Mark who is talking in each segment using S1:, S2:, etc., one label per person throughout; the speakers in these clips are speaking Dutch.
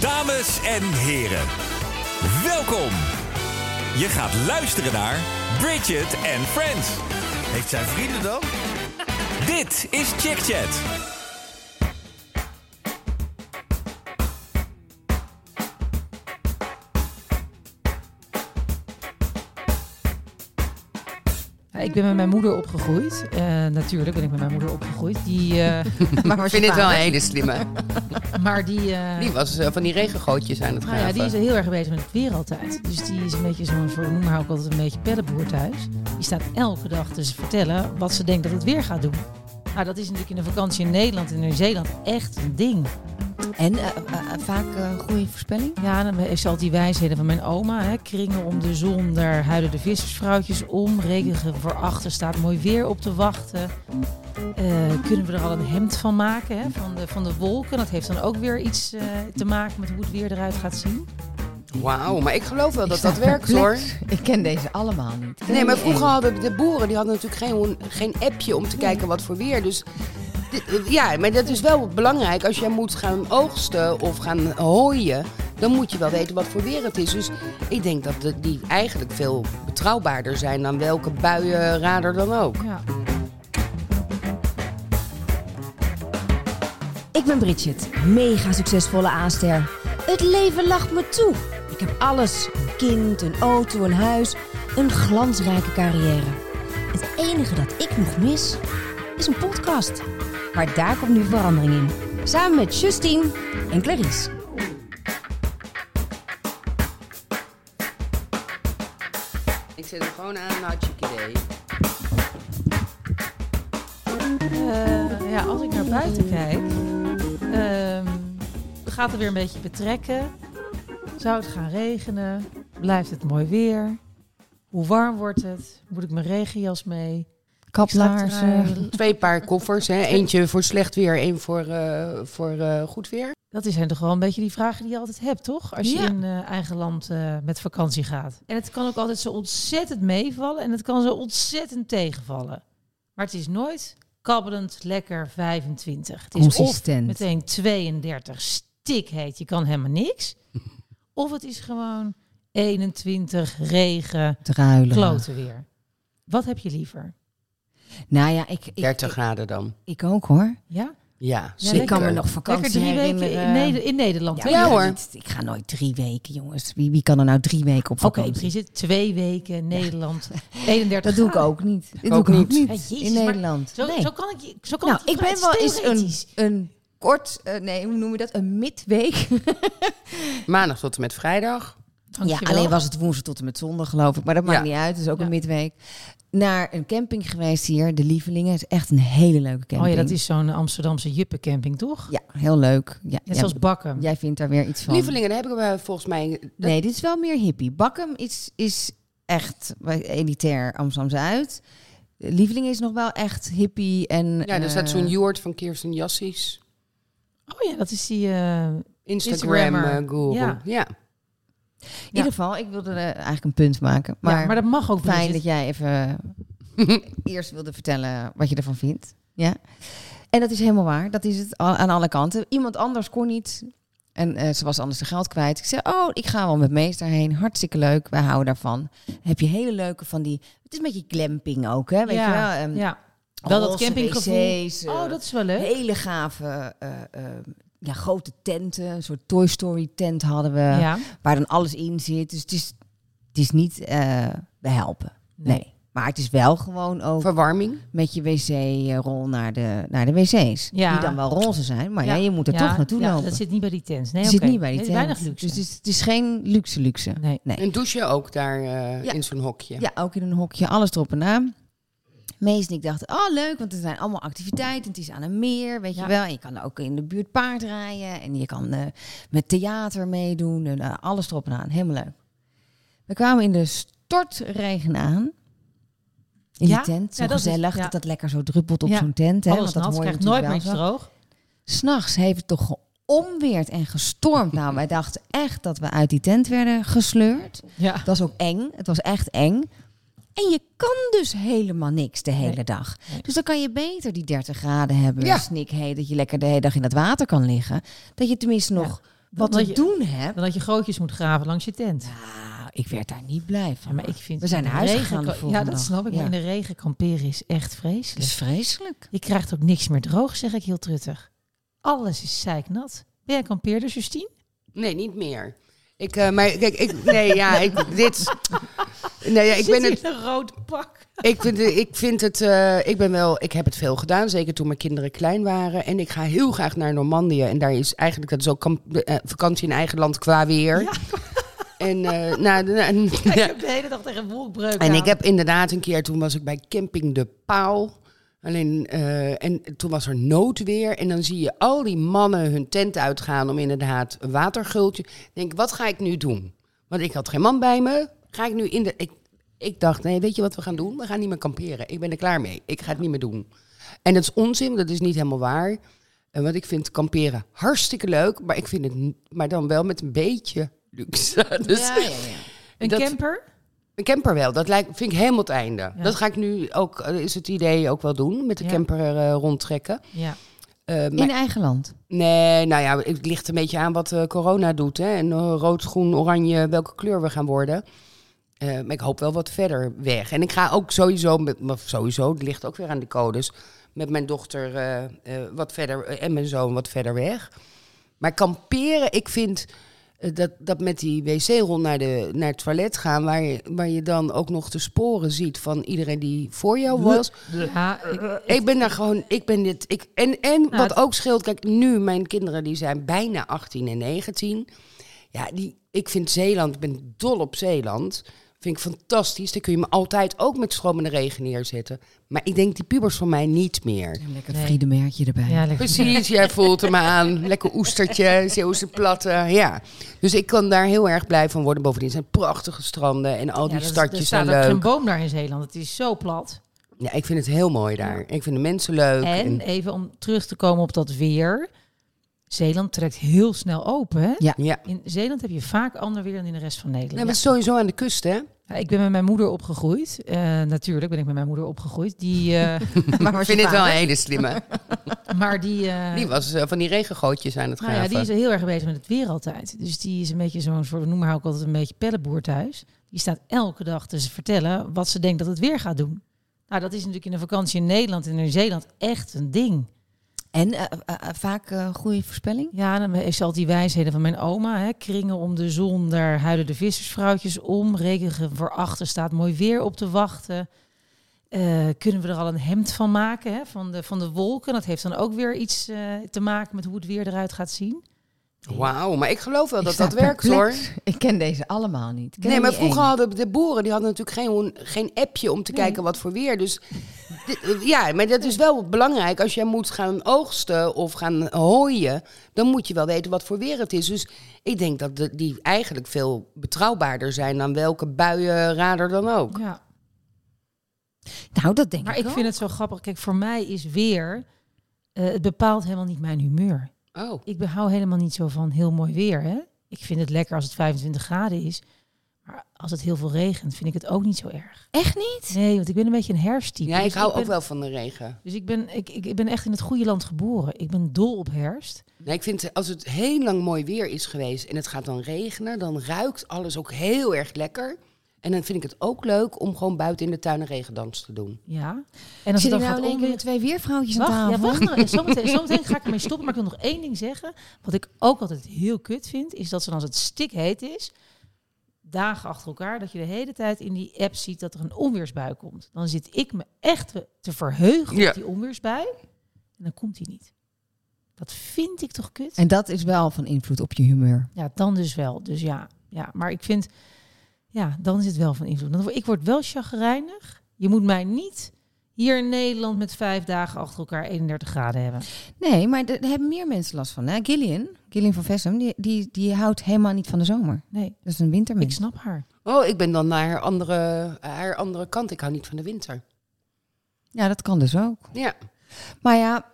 S1: Dames en heren, welkom. Je gaat luisteren naar Bridget and Friends.
S2: Heeft zij vrienden dan?
S1: Dit is Chick Chat.
S3: Ik ben met mijn moeder opgegroeid. Eh, natuurlijk ben ik met mijn moeder opgegroeid. Die, eh, maar was
S4: Ik vind dit wel een
S3: vader-
S4: hele slimme.
S3: Maar die, eh,
S4: Die was eh, van die regengootjes aan het
S3: nou
S4: graven.
S3: ja, die is heel erg bezig met het weer altijd. Dus die is een beetje zo'n, voor noem haar ook altijd een beetje peddenboer thuis. Die staat elke dag te vertellen wat ze denkt dat het weer gaat doen. Nou, dat is natuurlijk in de vakantie in Nederland en in Nieuw-Zeeland echt een ding.
S5: En eh, eh, eh, vaak eh, goede voorspelling?
S3: Ja, dan heeft ze al die wijsheden van mijn oma. Hè. Kringen om de zon, daar huilen de vissersvrouwtjes om. Regen voor achter staat mooi weer op te wachten. Eh, kunnen we er al een hemd van maken, hè? Van, de, van de wolken. Dat heeft dan ook weer iets eh, te maken met hoe het weer eruit gaat zien.
S4: Wauw, maar ik geloof wel dat
S5: Ik sta
S4: dat werkt hoor.
S5: perplex. Ik ken deze allemaal niet. Ik ken
S4: Nee, maar
S5: die
S4: vroeger
S5: één.
S4: hadden de boeren die hadden natuurlijk geen, geen appje om te kijken wat voor weer. Dus dit- ja, maar dat is wel belangrijk. Als jij moet gaan oogsten of gaan hooien, dan moet je wel weten wat voor weer het is. Dus ik denk dat de- die eigenlijk veel betrouwbaarder zijn dan welke buienrader dan ook.
S3: Ja.
S6: Ik ben Bridget, mega succesvolle aanster. Het leven lacht me toe. Ik heb alles: een kind, een auto, een huis, een glansrijke carrière. Het enige dat ik nog mis is een podcast. Maar daar komt nu verandering in. Samen met Justine en Clarice.
S4: Ik zet hem gewoon aan, had je idee.
S3: Eh, ja, als ik naar buiten kijk, ehm, gaat het weer een beetje betrekken. Zou het gaan regenen? Blijft het mooi weer? Hoe warm wordt het? Moet ik mijn regenjas mee?
S5: Kaplaarzen.
S3: Slaaptrui.
S4: Twee paar koffers, hè? eentje voor slecht weer, één voor, eh, voor eh, goed weer.
S3: Dat zijn toch wel een beetje die vragen die je altijd hebt, toch? Als je
S5: Ja.
S3: in eh, eigen land eh, met vakantie gaat. En het kan ook altijd zo ontzettend meevallen en het kan zo ontzettend tegenvallen. Maar het is nooit kabbelend lekker 25. Het is
S5: Consistent.
S3: Of meteen 32, stikheet, je kan helemaal niks. Of het is gewoon 21, regen,
S5: Druilen.
S3: kloten weer. Wat heb je liever?
S5: Nou ja, ik, ik,
S4: 30 graden dan.
S5: ik ook hoor.
S3: Ja?
S4: Ja,
S3: Ja,
S4: zeker.
S5: Ik kan me nog vakantie
S3: Lekker drie weken
S5: herinneren.
S3: in, Neder- in Nederland.
S5: Ja,
S3: hè?
S4: Ja,
S5: ik ga
S4: hoor.
S5: niet- Ik ga nooit drie weken, jongens. Wie, wie kan er nou drie weken op
S3: Oké,
S5: vakantie?
S3: precies. Twee weken Nederland. 31
S5: dat doe ik
S3: graden.
S5: ook niet. Dat doe
S4: ook
S5: ik ook
S4: niet.
S5: niet
S3: Ja, jezus,
S5: in
S3: maar-
S5: Nederland.
S3: Zo,
S5: nee.
S3: zo kan ik je- zo kan
S5: nou,
S3: het
S5: ik ben wel eens
S3: theoretisch.
S5: een, een kort, eh, nee, hoe noem je dat? Een midweek.
S4: Maandag tot en met vrijdag.
S5: Ja,
S3: Dankjewel.
S5: alleen was het woensdag tot en met zondag, geloof ik. Maar dat maakt
S4: Ja.
S5: niet uit. Het is ook
S3: Ja.
S5: een midweek. Naar een camping geweest hier, de Lievelingen. Het is echt een hele leuke camping.
S3: Oh ja, dat is zo'n Amsterdamse juppencamping, toch?
S5: Ja, heel leuk. Ja,
S3: Net
S5: ja,
S3: zoals Bakken.
S5: Jij vindt daar weer iets van.
S4: Lievelingen, daar hebben we volgens mij... dat-
S5: Nee, dit is wel meer hippie. Bakkum is, is echt elitair Amsterdam-Zuid. Lievelingen is nog wel echt hippie en...
S4: ja, er staat
S5: eh,
S4: zo'n Joord van Kirsten Jassies.
S3: Oh ja, dat is die... eh,
S4: Instagram eh,
S3: Instagrammer.
S4: guru.
S3: Ja.
S4: Ja.
S5: In ieder geval, ik wilde eh, eigenlijk een punt maken. Maar,
S3: ja, maar dat mag ook
S5: fijn
S3: Bridget.
S5: dat jij even eerst wilde vertellen wat je ervan vindt. Ja. En dat is helemaal waar. Dat is het a- aan alle kanten. Iemand anders kon niet. En eh, ze was anders de geld kwijt. Ik zei, oh, ik ga wel met meester heen. Hartstikke leuk. Wij houden daarvan. Heb je hele leuke van die... Het is een beetje glamping ook, hè? Weet
S3: ja,
S5: je wel? Ehm,
S3: ja. wel dat
S5: roze
S3: campinggevoel.
S5: wc's, eh,
S3: Oh, dat is wel leuk.
S5: Hele gave, eh, eh, ja, grote tenten. Een soort Toy Story tent hadden we.
S3: ja.
S5: Waar dan alles in zit. Dus het is, het is niet... eh, we helpen. Nee. Maar het is wel gewoon ook
S4: Verwarming.
S5: met je wc-rol naar de, naar de wc's.
S3: Ja.
S5: Die dan wel roze zijn, maar ja. je moet er
S3: Ja,
S5: toch naartoe
S3: ja,
S5: lopen.
S3: Dat zit niet bij die tent. Nee,
S5: Het zit
S3: oké.
S5: niet bij die
S3: Nee,
S5: tent.
S3: weinig luxe.
S5: Dus het is, het is geen luxe luxe.
S3: nee.
S4: En douchen ook daar eh,
S5: Ja.
S4: in zo'n hokje.
S5: Ja, ook in een hokje, alles erop en aan. Mees en ik dachten, oh leuk, want er zijn allemaal activiteiten. Het is aan een meer, weet
S3: Ja.
S5: je wel. En je kan ook in de buurt paardrijden. En je kan eh, met theater meedoen. En, eh, alles erop en aan, helemaal leuk. We kwamen in de stortregen aan. In
S3: Ja?
S5: die tent, zo
S3: Ja, dat is-
S5: gezellig.
S3: ja.
S5: Dat dat lekker zo druppelt op
S3: Ja.
S5: zo'n tent. Hè,
S3: Alles
S5: want dat
S3: nat,
S5: hoor je
S3: krijgt nooit
S5: natuurlijk
S3: meer iets
S5: wel zo.
S3: droog.
S5: S'nachts heeft het toch geomweerd en gestormd. nou, wij dachten echt dat we uit die tent werden gesleurd.
S3: Ja.
S5: Het was ook eng. Het was echt eng. En je kan dus helemaal niks de hele
S3: Nee.
S5: dag.
S3: Nee.
S5: Dus dan kan je beter die 30 graden hebben.
S4: Ja.
S5: Ja. Snikheet, dat je lekker de hele dag in dat water kan liggen. Dat je tenminste nog wat
S3: dat
S5: te
S3: je-
S5: doen heb.
S3: Dan dat je grootjes moet graven langs je tent.
S5: Nou, ik werd daar niet blij van.
S3: Ja, maar ik vind
S5: We zijn
S3: in de
S5: naar huis
S3: regen
S5: gegaan de
S3: ka- Ja,
S5: volgende
S3: dat
S5: dag.
S3: snap ik.
S5: Ja.
S3: Maar in de regen kamperen is echt
S5: dat
S3: vreselijk.
S5: is vreselijk.
S3: Je krijgt ook niks meer droog, zeg ik heel truttig. Alles is zeiknat. Ben jij kampeerder, Justine?
S4: Nee, niet meer. Ik, eh, maar kijk, ik, nee, ja, ik, dit. is- Nee, ja, ik ben het.
S3: in een rood pak.
S4: Ik vind, ik vind het, eh, ik ben wel, ik heb het veel gedaan, zeker toen mijn kinderen klein waren. En ik ga heel graag naar Normandië. En daar is eigenlijk, dat is ook kamp- de, eh, vakantie in eigen land qua weer. En, eh, nou, de- en-
S3: Ik heb de hele dag tegen wolkbreuk
S4: en
S3: aan.
S4: ik heb inderdaad een keer, toen was ik bij Camping de Paal. Alleen, eh, en toen was er noodweer. En dan zie je al die mannen hun tent uitgaan om inderdaad een watergultje. Ik denk, wat ga ik nu doen? Want ik had geen man bij me. Ga ik nu in de... Ik, ik dacht, nee, weet je wat we gaan doen? We gaan niet meer kamperen. Ik ben er klaar mee. Ik ga het niet meer doen. En dat is onzin, want dat is niet helemaal waar. En wat ik vind kamperen hartstikke leuk. Maar ik vind het... n- Maar dan wel met een beetje luxe. Dus
S5: Ja, ja, ja.
S3: een
S4: dat-
S3: camper?
S4: een camper wel, dat lijkt, vind ik helemaal het einde.
S3: Ja.
S4: Dat ga ik nu ook, eh, is het idee ook wel doen, met de
S3: Ja.
S4: camper eh, rondtrekken.
S3: Ja.
S4: Eh, maar-
S5: In eigen land.
S4: nee, nou ja, het ligt een beetje aan wat eh, corona doet. Hè? En eh, rood, groen, oranje, welke kleur we gaan worden. Eh, maar ik hoop wel wat verder weg. En ik ga ook sowieso, met, maar sowieso, het ligt ook weer aan de codes, met mijn dochter eh, eh, wat verder eh, en mijn zoon wat verder weg. Maar kamperen, ik vind eh, dat, dat met die wc-rol naar, de, naar het toilet gaan, waar je, waar je dan ook nog de sporen ziet van iedereen die voor jou was.
S3: ja ik,
S4: Ik ben daar gewoon, ik ben dit. Ik, en en wat
S3: Nou, het-
S4: ook scheelt, kijk, nu mijn kinderen die zijn bijna 18 en 19. Ja, die, ik vind Zeeland, ik ben dol op Zeeland. Vind ik fantastisch. Daar kun je me altijd ook met stromende regen neerzetten. Maar ik denk die pubers van mij niet meer.
S5: Een lekker
S3: Nee.
S5: friedemerkje erbij.
S3: ja, lekker.
S4: Precies, jij voelt hem aan. Lekker oestertje, Zeeuwse platte. Ja. Dus ik kan daar heel erg blij van worden. Bovendien zijn prachtige stranden en al die
S3: Ja, dat is-
S4: stadjes
S3: Er
S4: zijn
S3: staat ook geen
S4: leuk.
S3: boom daar in Zeeland. Het is zo plat.
S4: Ja, ik vind het heel mooi daar. Ik vind de mensen leuk.
S3: En even om terug te komen op dat weer. Zeeland trekt heel snel open. Hè?
S4: ja.
S3: In Zeeland heb je vaak ander weer dan in de rest van Nederland.
S4: Nou, dat is sowieso aan de kust, hè?
S3: Ja, ik ben met mijn moeder opgegroeid. Eh, natuurlijk ben ik met mijn moeder opgegroeid. Die, eh,
S5: Maar
S4: Ik
S5: was
S4: vind dit wel
S5: je
S4: een
S5: vader?
S4: hele slimme.
S3: maar die, eh,
S4: Die was eh, van die regengootjes aan het
S3: nou ja,
S4: graven.
S3: die is heel erg bezig met het weer altijd. Dus die is een beetje zo'n soort, we noemen haar ook altijd een beetje pellenboer thuis. Die staat elke dag te vertellen wat ze denkt dat het weer gaat doen. Nou, dat is natuurlijk in de vakantie in Nederland en in Zeeland echt een ding.
S5: En eh, eh, eh, vaak eh, goede voorspelling?
S3: Ja, dan heeft ze al die wijsheden van mijn oma. Hè? Kringen om de zon, daar huilen de vissersvrouwtjes om. Regen voor achter staat mooi weer op te wachten. Eh, kunnen we er al een hemd van maken, hè? Van, de, van de wolken? Dat heeft dan ook weer iets eh, te maken met hoe het weer eruit gaat zien.
S4: Wauw, maar ik geloof wel
S5: Ik
S4: dat
S5: sta
S4: dat werkt hoor.
S5: perplex. Ik ken deze allemaal niet. Ik ken
S4: Nee,
S5: er
S4: maar
S5: niet
S4: vroeger
S5: één.
S4: hadden de boeren die hadden natuurlijk geen, geen appje om te kijken wat voor weer. Dus dit- ja, maar dat is wel belangrijk. Als jij moet gaan oogsten of gaan hooien, dan moet je wel weten wat voor weer het is. Dus ik denk dat de- die eigenlijk veel betrouwbaarder zijn dan welke buienrader dan ook.
S3: Ja.
S5: Nou, dat denk
S3: Maar
S5: ik
S3: ik vind het zo grappig. Kijk, voor mij is weer... eh, het bepaalt helemaal niet mijn humeur.
S4: Oh,
S3: Ik hou helemaal niet zo van heel mooi weer. Hè? Ik vind het lekker als het 25 graden is. Maar als het heel veel regent, vind ik het ook niet zo erg.
S5: Echt niet?
S3: Nee, want ik ben een beetje een herfsttype.
S4: ja, ik
S3: Dus
S4: hou
S3: ben-
S4: ook wel van de regen.
S3: Dus ik ben, ik, ik, ik ben echt in het goede land geboren. Ik ben dol op herfst.
S4: Nee, ik vind als het heel lang mooi weer is geweest en het gaat dan regenen, dan ruikt alles ook heel erg lekker. En dan vind ik het ook leuk om gewoon buiten in de tuin een regendans te doen.
S3: Ja. En als het
S5: Zit je
S3: dan
S5: nou
S3: gaat
S5: in één keer met
S3: onweer...
S5: twee weervrouwtjes aan
S3: Wacht,
S5: tafel?
S3: ja, wacht nou. Zometeen, zometeen ga ik ermee stoppen. Maar ik wil nog één ding zeggen. Wat ik ook altijd heel kut vind, is dat ze als het stikheet is... dagen achter elkaar, dat je de hele tijd in die app ziet dat er een onweersbui komt. Dan zit ik me echt te verheugen
S4: Ja.
S3: op die onweersbui. En dan komt die niet. Dat vind ik toch kut?
S5: En dat is wel van invloed op je humeur.
S3: Ja, dan dus wel. Dus ja, ja. maar ik vind, ja, dan is het wel van invloed. Want Ik word wel chagrijnig. Je moet mij niet hier in Nederland met vijf dagen achter elkaar 31 graden hebben.
S5: Nee, maar daar hebben meer mensen last van. Hè? Gillian, Gillian van Vessem, die, die, die houdt helemaal niet van de zomer.
S3: Nee,
S5: Dat is een
S3: ik
S5: wintermens.
S3: snap haar.
S4: Oh, ik ben dan naar haar andere, haar andere kant. Ik hou niet van de winter.
S5: Ja, dat kan dus ook.
S4: Ja, Oh,
S5: Maar ja,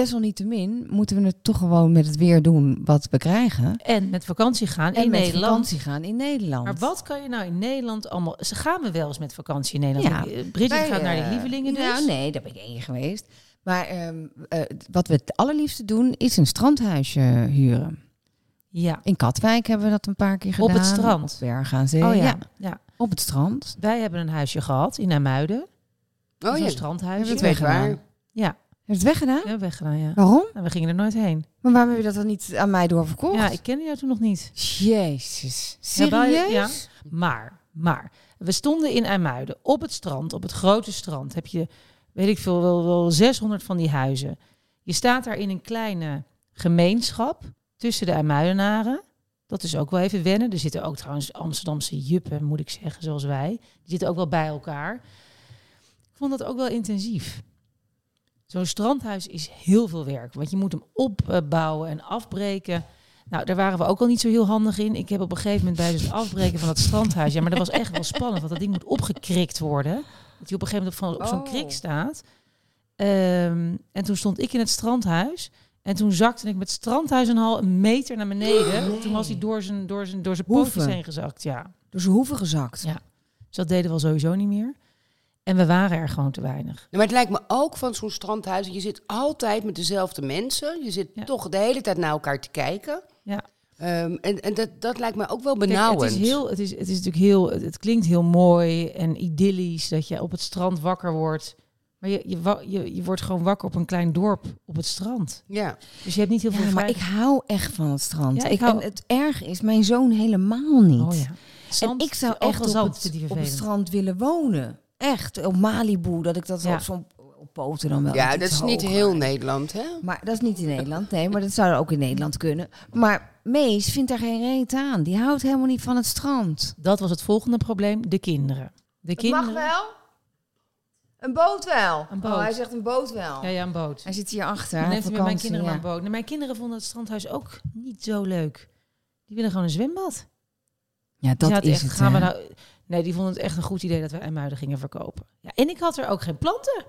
S5: desalniettemin moeten we het toch gewoon met het weer doen wat we krijgen.
S3: En met vakantie gaan
S5: en
S3: in
S5: met
S3: Nederland.
S5: vakantie gaan in Nederland.
S3: Maar wat kan je nou in Nederland allemaal... Ze gaan we wel eens met vakantie in Nederland.
S5: Ja.
S3: Eh, Bridget
S5: Wij,
S3: gaat naar
S5: eh,
S3: de lievelingen dus.
S5: Nou nee, daar ben ik één keer geweest. Maar ehm, eh, wat we het allerliefste doen is een strandhuisje huren.
S3: Ja.
S5: In Katwijk hebben we dat een paar keer
S3: Op
S5: gedaan.
S3: het strand?
S5: Op Bergen aan Zee.
S3: Oh ja.
S5: ja.
S3: ja.
S5: Op het strand.
S3: Wij hebben een huisje gehad in Naamuiden.
S4: Oh
S3: Zo'n
S4: ja,
S3: strandhuisje.
S5: Hebben
S4: dat
S3: Ja,
S4: weet
S5: we het weggedaan.
S4: waar.
S5: Heb je het weggedaan? Oh.
S3: we hebben weggedaan, ja.
S5: Waarom?
S3: Nou, we gingen er nooit heen.
S5: Maar waarom heb je dat dan niet aan mij doorverkocht?
S3: Ja, ik kende jou toen nog niet.
S5: Jezus.
S3: Ja, wij-
S5: Serieus?
S3: ja. Maar, maar, we stonden in IJmuiden op het strand, op het grote strand. Heb je, weet ik veel, wel, wel 600 van die huizen. Je staat daar in een kleine gemeenschap tussen de IJmuidenaren. Dat is ook wel even wennen. Er zitten ook trouwens Amsterdamse juppen, moet ik zeggen, zoals wij. Die zitten ook wel bij elkaar. Ik vond dat ook wel intensief. Zo'n strandhuis is heel veel werk, want je moet hem opbouwen en afbreken. Nou, daar waren we ook al niet zo heel handig in. Ik heb op een gegeven moment bij het afbreken van dat strandhuis... Ja, maar dat was echt wel spannend, want dat ding moet opgekrikt worden. Dat je op een gegeven moment op, van- op zo'n
S5: Oh.
S3: krik staat. Ehm, en toen stond ik in het strandhuis. En toen zakte ik met het strandhuis een hal een meter naar beneden. Toen was hij door zijn, door zijn, door zijn pootjes
S5: Hoeven.
S3: heen gezakt, ja.
S5: Door zijn hoeven gezakt.
S3: Ja. Dus dat deden we al sowieso niet meer. En we waren er gewoon te weinig.
S4: Ja, maar het lijkt me ook van zo'n strandhuis. Je zit altijd met dezelfde mensen. Je zit
S3: Ja.
S4: toch de hele tijd naar elkaar te kijken.
S3: Ja.
S4: Ehm, en en dat, dat lijkt me ook wel
S3: Kijk,
S4: benauwend.
S3: het, is heel, het, is, het is natuurlijk heel, het, het klinkt heel mooi en idyllisch dat je op het strand wakker wordt. Maar je, je, wa- je, je wordt gewoon wakker op een klein dorp op het strand.
S4: Ja.
S3: Dus je hebt niet heel veel
S5: Ja, maar ik
S3: vrijheid.
S5: hou echt van het strand.
S3: Ja, ik
S5: ik
S3: hou-
S5: En het erg is, mijn zoon helemaal niet.
S3: Oh ja. Zand,
S5: en ik zou
S3: ook wel
S5: echt op
S3: zand
S5: het,
S3: vindt hij
S5: op het
S3: vervelend.
S5: strand willen wonen. Echt, op Malibu, dat ik dat
S3: Ja.
S5: op zo'n op poten dan wel.
S4: ja,
S5: iets
S4: dat is niet
S5: hoger.
S4: heel Nederland, hè?
S5: Maar dat is niet in Nederland, nee, maar dat zou ook in Nederland kunnen. Maar Mees vindt daar geen reet aan. Die houdt helemaal niet van het strand.
S3: Dat was het volgende probleem, de kinderen. De kinderen.
S5: wel? Een boot wel?
S3: Een boot. Oh, hij
S5: zegt een boot wel.
S3: Ja, ja, een boot.
S5: Hij zit hierachter.
S3: Dan
S5: aan
S3: heeft hij met mijn
S5: vakantie,
S3: kinderen
S5: ja.
S3: maar een boot. Nee, mijn kinderen vonden het strandhuis ook niet zo leuk. Die willen gewoon een zwembad.
S5: Ja, dat
S3: Die zaten
S5: is
S3: echt,
S5: het.
S3: gaan we
S5: hè.
S3: nou, nee, die vonden het echt een goed idee dat we IJmuiden gingen verkopen. Ja, en ik had er ook geen planten.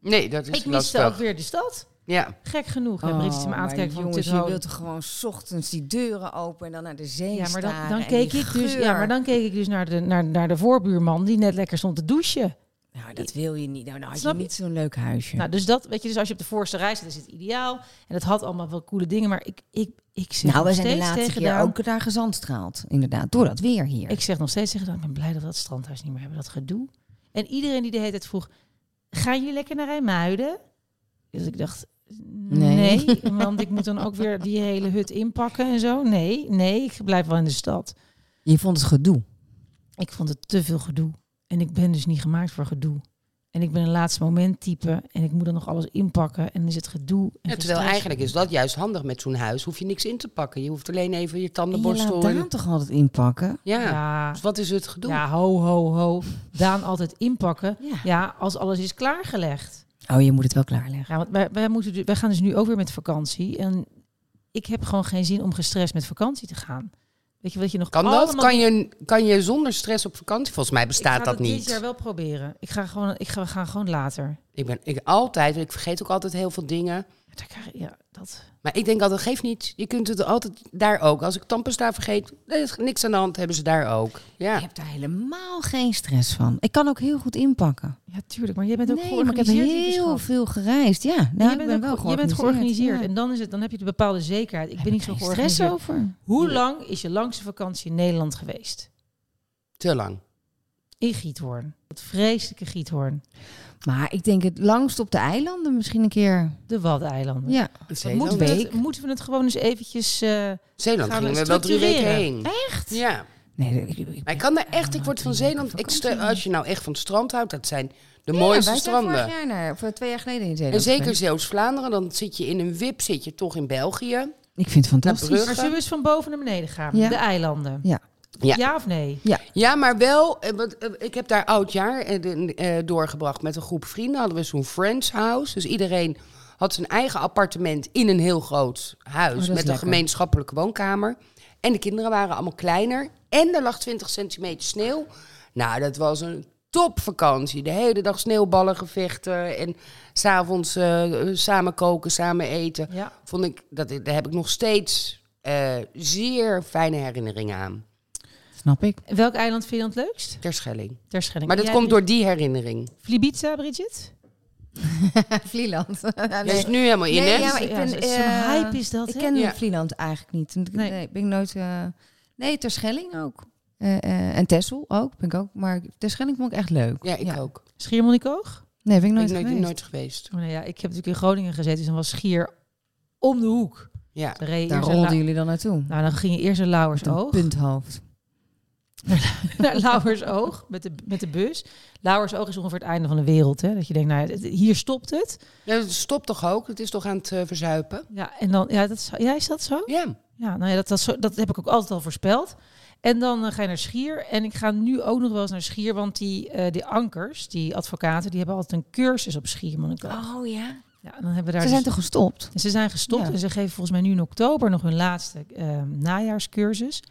S4: Nee, dat is
S3: Ik miste ook
S4: lastig.
S3: weer de stad.
S4: Ja.
S3: Gek genoeg. Ja, Britt zit me
S5: Oh,
S3: aan te
S5: maar
S3: kijken van
S5: jongens,
S3: dit
S5: je
S3: houden.
S5: wilt toch gewoon 's ochtends die deuren open en dan naar de zee
S3: Ja, maar dan,
S5: staren
S3: dan
S5: en
S3: keek
S5: die
S3: ik dus,
S5: geur.
S3: ja, maar dan keek ik dus naar de, naar, naar de voorbuurman die net lekker stond te douchen.
S5: Nou, dat wil je niet. Nou, dan had
S3: Snap
S5: je
S3: je?
S5: niet zo'n leuk huisje.
S3: Nou, dus dat, weet je, dus als je op de voorste rij zit, is het ideaal. En het had allemaal wel coole dingen, maar ik, ik, ik zeg
S5: Nou, we
S3: nog
S5: zijn de
S3: steeds
S5: laatste
S3: tegen
S5: keer
S3: Daan-
S5: ook daar gezandstraald. Inderdaad, door dat weer hier.
S3: Ik zeg nog steeds tegen Daan, ik ben blij dat we dat strandhuis niet meer hebben, dat gedoe. En iedereen die de hele tijd vroeg, gaan jullie lekker naar Rijmuiden? Dus ik dacht, nee, want ik moet dan ook weer die hele hut inpakken en zo. Nee, nee, ik blijf wel in de stad.
S5: Je vond het gedoe.
S3: Ik vond het te veel gedoe. En ik ben dus niet gemaakt voor gedoe. En ik ben een laatste moment type en ik moet dan nog alles inpakken en dan is het gedoe. En
S4: Ja, terwijl
S3: gestrest.
S4: eigenlijk is dat juist handig met zo'n huis. Hoef je niks in te pakken. Je hoeft alleen even je
S5: En je laat
S4: tandenborstel. en-
S5: Daan toch altijd inpakken?
S4: Ja.
S3: Ja,
S4: Dus wat is het gedoe?
S3: ja, ho, ho, ho. Daan altijd inpakken.
S5: Ja.
S3: Ja, als alles is klaargelegd.
S5: Oh, je moet het wel klaarleggen.
S3: Ja, want wij, wij, moeten, dus- wij gaan dus nu ook weer met vakantie. En ik heb gewoon geen zin om gestrest met vakantie te gaan. Weet je wat je nog
S4: Kan dat?
S3: allemaal
S4: Kan je, kan je zonder stress op vakantie? Volgens mij
S3: Ik ga
S4: bestaat dat
S3: dit jaar
S4: niet.
S3: wel proberen. Ik ga gewoon, ik ga, we gaan gewoon later.
S4: Ik ben ik, altijd, ik vergeet ook altijd heel veel dingen.
S3: Daar krijg- Ja, dat.
S4: Maar ik denk altijd, geeft niet. Je kunt het altijd daar ook. Als ik tandpasta vergeet, er is niks aan de hand, hebben ze daar ook.
S5: Je
S4: Ja.
S5: hebt daar helemaal geen stress van. Ik kan ook heel goed inpakken.
S3: Ja, tuurlijk. Maar jij bent ook
S5: nee, maar ik heb
S3: georganiseerd. lieve
S5: heel
S3: schat.
S5: veel gereisd. Ja, nou,
S3: je
S5: ik
S3: bent,
S5: ben
S3: ook-
S5: wel
S3: je bent georganiseerd.
S5: ja.
S3: En dan, is het, dan heb je de bepaalde zekerheid. Ik ben niet zo
S5: Geen stress
S3: georganiseerd.
S5: over.
S3: Hoe lang is je langste vakantie in Nederland geweest?
S4: Te lang.
S3: In Giethoorn. Dat vreselijke Giethoorn.
S5: Maar ik denk het langst op de eilanden misschien een keer.
S3: De Waddeneilanden.
S5: Ja.
S4: Zeeland,
S3: moeten, we
S5: week.
S3: het, moeten we het gewoon eens eventjes... eh,
S4: Zeeland
S3: gaan we
S4: gingen we wel drie weken
S3: structureren?
S4: heen. Echt? Ja.
S5: Nee, ik, ik-
S4: Maar ik kan daar echt, ik word van Zeeland. Ik stel- als je nou echt van het strand houdt, dat zijn de mooiste
S5: wij zijn vorig
S4: stranden.
S5: jaar naar, of eh, twee jaar geleden in
S4: En
S5: Zeeland.
S4: zeker
S5: geweest.
S4: Zeeuws-Vlaanderen, dan zit je in een wip, zit je toch in België.
S5: Ik vind het
S4: Naar
S5: fantastisch.
S3: maar
S4: Brugge.
S3: zullen we eens van boven naar beneden gaan?
S5: Ja.
S3: De eilanden.
S5: Ja.
S4: Ja.
S3: of nee?
S4: Ja, maar wel, eh, want, eh, ik heb daar oud jaar eh, de- eh, doorgebracht met een groep vrienden. Hadden we zo'n friends house. Dus iedereen had zijn eigen appartement in een heel groot
S5: Oh,
S4: huis.
S5: dat is
S4: met een
S5: lekker.
S4: gemeenschappelijke woonkamer. En de kinderen waren allemaal kleiner. En er lag 20 centimeter sneeuw. Nou, dat was een topvakantie. De hele dag sneeuwballen gevechten. En s'avonds eh samen koken, samen eten.
S3: Ja.
S4: Vond ik, dat, daar heb ik nog steeds eh, zeer fijne herinneringen aan.
S5: Snap ik.
S3: Welk eiland vind je dan het leukst?
S4: Ter Schelling.
S3: Terschelling.
S4: Maar dat komt door die herinnering.
S3: Flibiza, Bridget?
S5: Vlieland.
S4: Dat is nu helemaal in,
S5: Nee,
S4: hè?
S5: ja, maar ik ben,
S3: zo'n
S5: eh,
S3: hype is dat,
S5: Ik
S3: hè?
S5: ken
S4: Ja.
S5: Vlieland eigenlijk niet. Want ik-
S3: Nee.
S5: Nee. ben ik nooit... eh nee, Terschelling ook. Eh, eh, en Tessel ook, ben ik ook. Maar Terschelling vond ik echt leuk.
S4: Ja, ik ook.
S3: Schiermonnikoog?
S5: Nee, ben ik
S4: Ik
S5: nooit
S4: ben nooit,
S5: geweest.
S4: nooit geweest.
S3: Oh, nee, ja, ik heb natuurlijk in Groningen gezeten, dus dan was Schier om de hoek.
S4: Ja.
S3: Dan reed je
S5: Daar
S3: eerst naar
S5: rolden
S3: Lau-
S5: jullie dan naartoe.
S3: Nou, dan ging je eerst naar
S5: Met een
S3: Lauwersoog.
S5: punthoofd.
S3: naar Lauwersoog met de, met de bus. Lauwersoog is ongeveer het einde van de wereld. Hè? Dat je denkt, nou, het- hier stopt het.
S4: Ja, dat stopt toch ook? Het is toch aan het eh, verzuipen?
S3: Ja, en dan, ja, dat, is- ja, is dat zo?
S4: Ja.
S3: Ja, nou ja, dat, dat, zo- dat heb ik ook altijd al voorspeld. En dan eh, ga je naar Schier. En ik ga nu ook nog wel eens naar Schier, want die, eh, die ankers, die advocaten, die hebben altijd een cursus op Schier.
S5: Oh ja.
S3: Ja, en dan hebben we daar
S5: Ze
S3: dus-
S5: zijn toch gestopt?
S3: En ze zijn gestopt
S5: Ja.
S3: en ze geven volgens mij nu in oktober nog hun laatste eh, najaarscursus.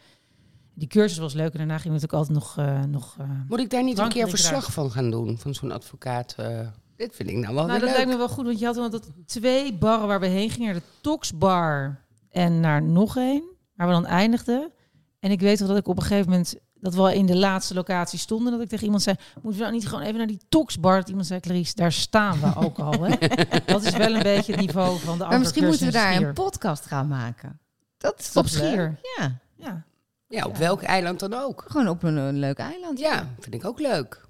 S3: Die cursus was leuk en daarna ging het ook altijd nog... eh, nog eh,
S4: Moet ik daar niet
S3: Frank,
S4: een keer
S3: drink eruit.
S4: verslag van gaan doen? Van zo'n advocaat? eh, dit vind ik nou wel
S3: Nou,
S4: weer
S3: dat
S4: leuk.
S3: lijkt me wel goed, want je had altijd twee barren waar we heen gingen. Naar de Toxbar en naar nog één, waar we dan eindigden. En ik weet wel dat ik op een gegeven moment, dat we al in de laatste locatie stonden, dat ik tegen iemand zei, moeten we nou niet gewoon even naar die Toxbar? Dat iemand zei, Clarice, daar staan we ook al. Hè? dat is wel een beetje het niveau van de
S5: Maar misschien
S3: ankercursus
S5: moeten we
S3: in
S5: daar
S3: Schier.
S5: een podcast gaan maken. Dat is
S3: Op
S5: toch leuk?
S3: Schier?
S5: Ja,
S3: Ja.
S4: Ja, op welk eiland dan ook.
S5: gewoon op een, een leuk eiland.
S4: Ja, vind ik ook leuk.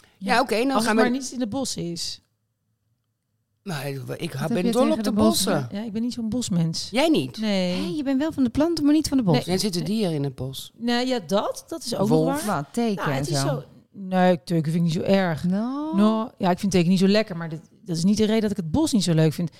S4: Ja,
S3: Ja,
S4: oké, dan
S3: Als het
S4: gaan
S3: maar
S4: we...
S3: niet in de bossen is.
S4: Maar ik
S5: heb
S4: ben
S5: je
S4: dol
S5: tegen
S4: op de
S5: de
S4: bossen.
S5: bossen?
S3: Ja, ik ben niet zo'n bosmens.
S4: Jij niet?
S3: Nee.
S5: Hé, je bent wel van de planten, maar niet van de bos.
S4: Er zitten dieren in het bos.
S3: Nee, ja, dat, dat is ook nog
S5: Wolf,
S3: waar.
S5: wat, teken
S3: Nou,
S5: en
S3: het
S5: zo.
S3: is zo... Nee, teuken vind ik niet zo erg.
S5: No.
S3: Nou, ja, ik vind teken niet zo lekker, maar dit- dat is niet de reden dat ik het bos niet zo leuk vind.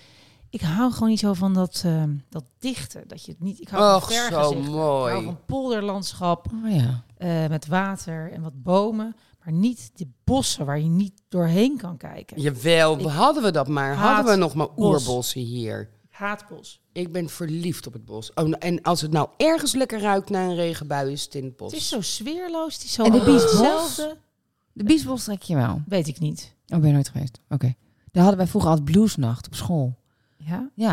S3: Ik hou gewoon niet zo van dat, ehm, dat dichte. Dat je het niet. Ik hou
S4: Och,
S3: van
S4: zo
S3: vergezichten. Ik hou
S4: mooi.
S3: van polderlandschap
S5: Oh ja.
S3: eh, met water en wat bomen, maar niet die bossen waar je niet doorheen kan kijken.
S4: Jawel,
S3: Ik
S4: hadden we dat maar.
S3: haat
S4: Hadden we nog maar
S3: bos.
S4: oerbossen hier.
S3: Ik haat bos.
S4: Ik ben verliefd op het bos. Oh, en als het nou ergens lekker ruikt na een regenbui, is het in het bos.
S3: Het is zo sfeerloos. Het is zo
S5: En de
S3: altijd
S5: biesbos?
S3: hetzelfde.
S5: De biesbos trek je wel.
S3: Weet ik niet.
S5: Oh, ben je nooit geweest? Oké. Daar hadden wij vroeger altijd bluesnacht op school.
S3: Ja.
S5: Ja.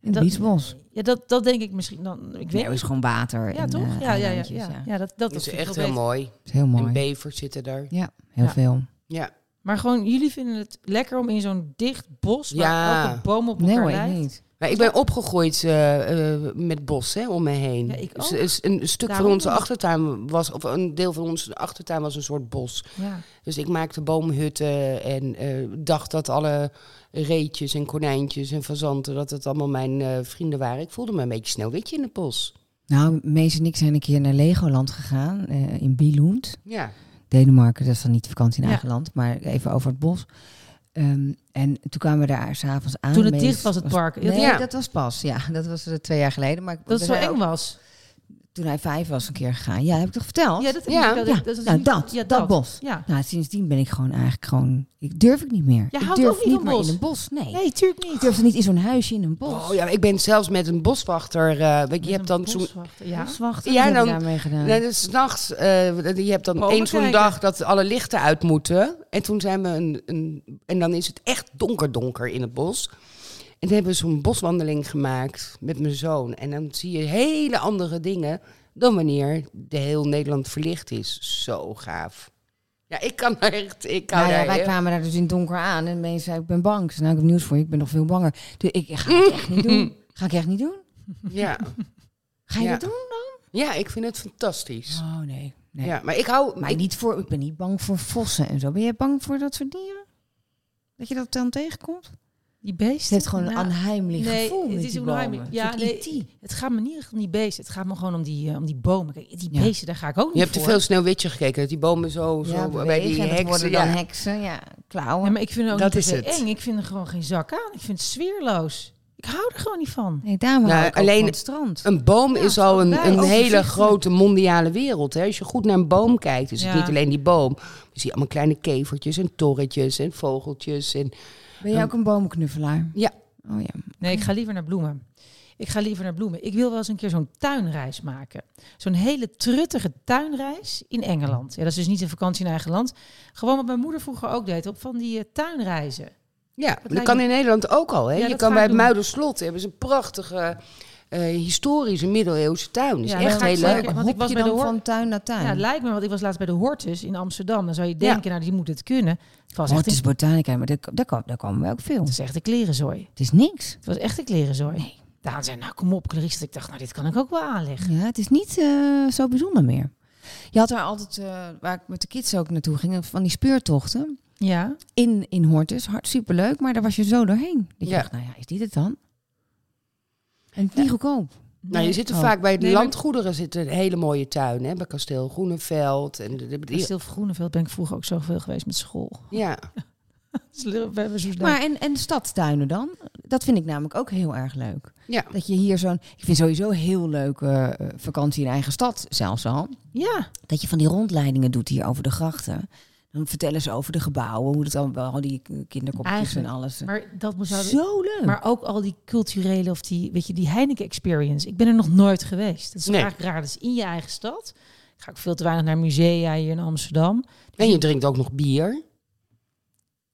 S5: In de
S3: Dat-
S5: biesbos.
S3: Ja, dat, dat denk ik misschien dan. Ik
S5: Nee,
S4: Nou,
S3: weet
S5: het
S3: niet.
S5: is gewoon water.
S3: Ja,
S5: en,
S3: toch? ja,
S5: eh,
S3: ja, ja,
S5: eilandjes,
S3: ja. ja, dat, dat,
S4: Dat is
S3: vind ik
S4: echt
S3: wel
S4: heel
S3: beter.
S4: mooi.
S5: Het is heel
S4: En
S5: mooi.
S4: bevers zitten daar.
S5: Ja, heel
S3: Ja.
S5: veel.
S4: Ja.
S3: Maar gewoon, jullie vinden het lekker om in zo'n dicht bos, waar
S4: Ja.
S3: elke boom op
S5: Nee
S3: elkaar
S5: hoor, ik
S3: lijkt.
S5: niet.
S4: Maar ik ben opgegroeid eh, eh, met bos hè, om me heen.
S3: Ja, ik
S4: Dus
S3: ook.
S4: is een stuk
S3: Daarom.
S4: van onze achtertuin was, of een deel van onze achtertuin was een soort bos.
S3: Ja.
S4: Dus ik maakte boomhutten en eh, dacht dat alle reetjes en konijntjes en fazanten, dat het allemaal mijn eh, vrienden waren. Ik voelde me een beetje sneeuwwitje in het bos.
S5: Nou, Mees en ik zijn een keer naar Legoland gegaan. eh, in Billund.
S4: Ja.
S5: Denemarken, dat is dan niet vakantie in
S3: Ja.
S5: eigen land, maar even over het bos. Ehm, en toen kwamen we daar s'avonds aan.
S3: Toen het
S5: Ah, Mees
S3: dicht was, het park.
S5: Nee,
S4: Ja.
S5: dat was pas. Ja, dat was eh, twee jaar geleden. Maar
S3: Dat
S5: we
S3: het zo
S5: zijn
S3: eng
S5: ook-
S3: was.
S5: Toen hij vijf was een keer gegaan. Ja, heb ik toch verteld?
S3: Ja, dat,
S4: Ja.
S5: Ja,
S3: is
S5: nou,
S3: niet-
S5: dat,
S3: ja,
S5: dat bos.
S3: Ja.
S5: Nou, sindsdien ben ik gewoon eigenlijk gewoon... Ik durf ik niet meer.
S3: Jij
S5: ik
S3: houdt
S5: durf
S3: ook niet van
S5: meer
S3: bos?
S5: in een bos. Nee.
S3: Nee, tuurlijk niet.
S5: Ik durfde niet in zo'n huisje in een bos.
S4: Oh ja, ik ben zelfs met een boswachter. eh, weet je, je hebt dan zo'n.
S3: zo'n... Ja. nou,
S5: Boswachter,
S4: Ja,
S5: ja, dan...
S4: dan-
S5: daarmee gedaan.
S4: Nee, dus 's nachts, eh, je hebt dan
S3: Bomen
S4: eens zo'n
S3: kijken.
S4: dag dat alle lichten uit moeten. En toen zijn we een, een. En dan is het echt donker, donker in het bos. En toen hebben we zo'n boswandeling gemaakt met mijn zoon. En dan zie je hele andere dingen dan wanneer de heel Nederland verlicht is. Zo gaaf. Ja, ik kan daar echt. Ik kan
S5: Nou ja,
S4: daar
S5: wij
S4: echt-
S5: kwamen daar dus in het donker aan en mensen zei ik ben bang. Ik zei, nou, ik heb nieuws voor je, ik ben nog veel banger. Dus ik ik ga het echt niet doen. Ga ik echt niet doen?
S4: ja.
S5: Ga je
S4: Ja.
S5: dat doen?
S4: ja, ik vind het fantastisch.
S5: Oh nee. nee.
S4: Ja, maar ik hou.
S5: Maar
S4: ik-
S5: niet voor, ik ben niet bang voor vossen en zo. Ben jij bang voor dat soort dieren? Dat je dat dan tegenkomt?
S3: Die beest.
S5: Het heeft gewoon een
S3: Nou,
S5: aanheimelijk
S3: nee,
S5: gevoel
S3: het is
S5: met die
S3: een
S5: bomen.
S3: onheimelijk- ja,
S5: Een
S3: nee,
S5: soort E IT.
S3: Het gaat me niet echt om die beesten. Het gaat me gewoon om die, eh, om die bomen. Kijk, die
S5: Ja.
S3: beesten, daar ga ik ook niet
S4: Je hebt te
S3: voor.
S4: veel sneeuwwitje gekeken. Dat die bomen zo, zo eh,
S5: Ja,
S4: bij
S5: bewegen,
S4: die
S5: en dat
S4: heksen.
S5: worden
S4: Ja.
S5: dan heksen, ja, klauwen.
S3: Ja, maar ik vind het ook
S4: Dat
S3: niet per
S4: is
S3: se
S4: het.
S3: eng. Ik vind er gewoon geen zak aan. Ik vind het sfeerloos. Ik hou er gewoon niet van.
S5: nee, daarom
S4: Nou,
S5: hou ik ook
S4: alleen-
S5: van het strand.
S4: Een boom is al
S3: wij.
S4: een, een
S3: Ook
S4: hele
S3: gezichten.
S4: grote mondiale wereld. Hè? Als je goed naar een boom kijkt, is het
S3: Ja.
S4: niet alleen die boom. Je ziet allemaal kleine kevertjes en torretjes en vogeltjes. En...
S5: Ben jij ook een boomknuffelaar?
S4: Ja.
S5: Oh ja.
S3: Nee, ik ga liever naar bloemen. Ik ga liever naar bloemen. Ik wil wel eens een keer zo'n tuinreis maken. Zo'n hele truttige tuinreis in Engeland. Ja, dat is dus niet een vakantie in eigen land. Gewoon wat mijn moeder vroeger ook deed, op van die eh, tuinreizen.
S4: Ja, dat
S3: lijkt
S4: kan
S3: me-
S4: in Nederland ook al. Hè?
S3: Ja,
S4: je
S3: dat
S4: kan
S3: ga
S4: bij
S3: ik
S4: het
S3: doen.
S4: Muiderslot hebben ze een prachtige eh, eh, historische middeleeuwse tuin. Dat is
S3: Ja,
S4: echt
S3: maar
S4: heel
S3: zeker.
S4: leuk.
S3: Want ik
S5: Hop
S3: was
S5: je
S3: bij de
S5: dan
S3: hoor-
S5: van tuin naar
S3: Ja, het
S5: tuin.
S3: lijkt me, want ik was laatst bij de Hortus in Amsterdam. Dan zou je
S5: Ja.
S3: denken, nou, die moet het kunnen. Het was, echt
S5: oh, het
S3: een, Dus-
S5: is botanica, maar daar, daar, komen- daar komen we ook veel.
S3: het is echt een klerenzooi.
S5: Het is niks.
S3: Het was echt een klerenzooi. Daan zei, nou, kom op, kleriste. Ik dacht, nou, dit kan ik ook wel aanleggen.
S5: Ja, het is niet eh, zo bijzonder meer. Je had daar altijd, eh, waar ik met de kids ook naartoe ging, van die speurtochten
S3: Ja,
S5: in, in Hortus. Hart, superleuk, maar daar was je zo doorheen. Dat je
S4: Ja.
S5: dacht, nou ja, is dit het dan? En het is niet goedkoop.
S4: Nou, je zit er
S5: Oh.
S4: vaak bij de
S3: Nee, maar-
S4: landgoederen zit een hele mooie tuin. Hè? Bij Kasteel Groeneveld. En de, de- de-
S3: Kasteel Groeneveld ben ik vroeger ook zoveel geweest met school.
S4: ja.
S3: We hebben zo'n
S5: Maar en, en stadstuinen dan? Dat vind ik namelijk ook heel erg leuk.
S4: Ja.
S5: Dat je hier zo'n... Ik vind sowieso heel leuk eh, vakantie in eigen stad zelfs al.
S3: Ja,
S5: dat je van die rondleidingen doet hier over de grachten. Dan vertellen ze over de gebouwen, hoe het dan wel, al die kinderkopjes
S3: Eigenlijk,
S5: en alles.
S3: maar dat moet zouden-
S5: Zo leuk.
S3: Maar ook al die culturele of die, weet je, die Heineken Experience. Ik ben er nog nooit geweest. Dat is
S4: Nee.
S3: eigenlijk raar. Dat is in je eigen stad. Ik ga ook veel te weinig naar musea hier in Amsterdam.
S4: En je drinkt ook nog bier.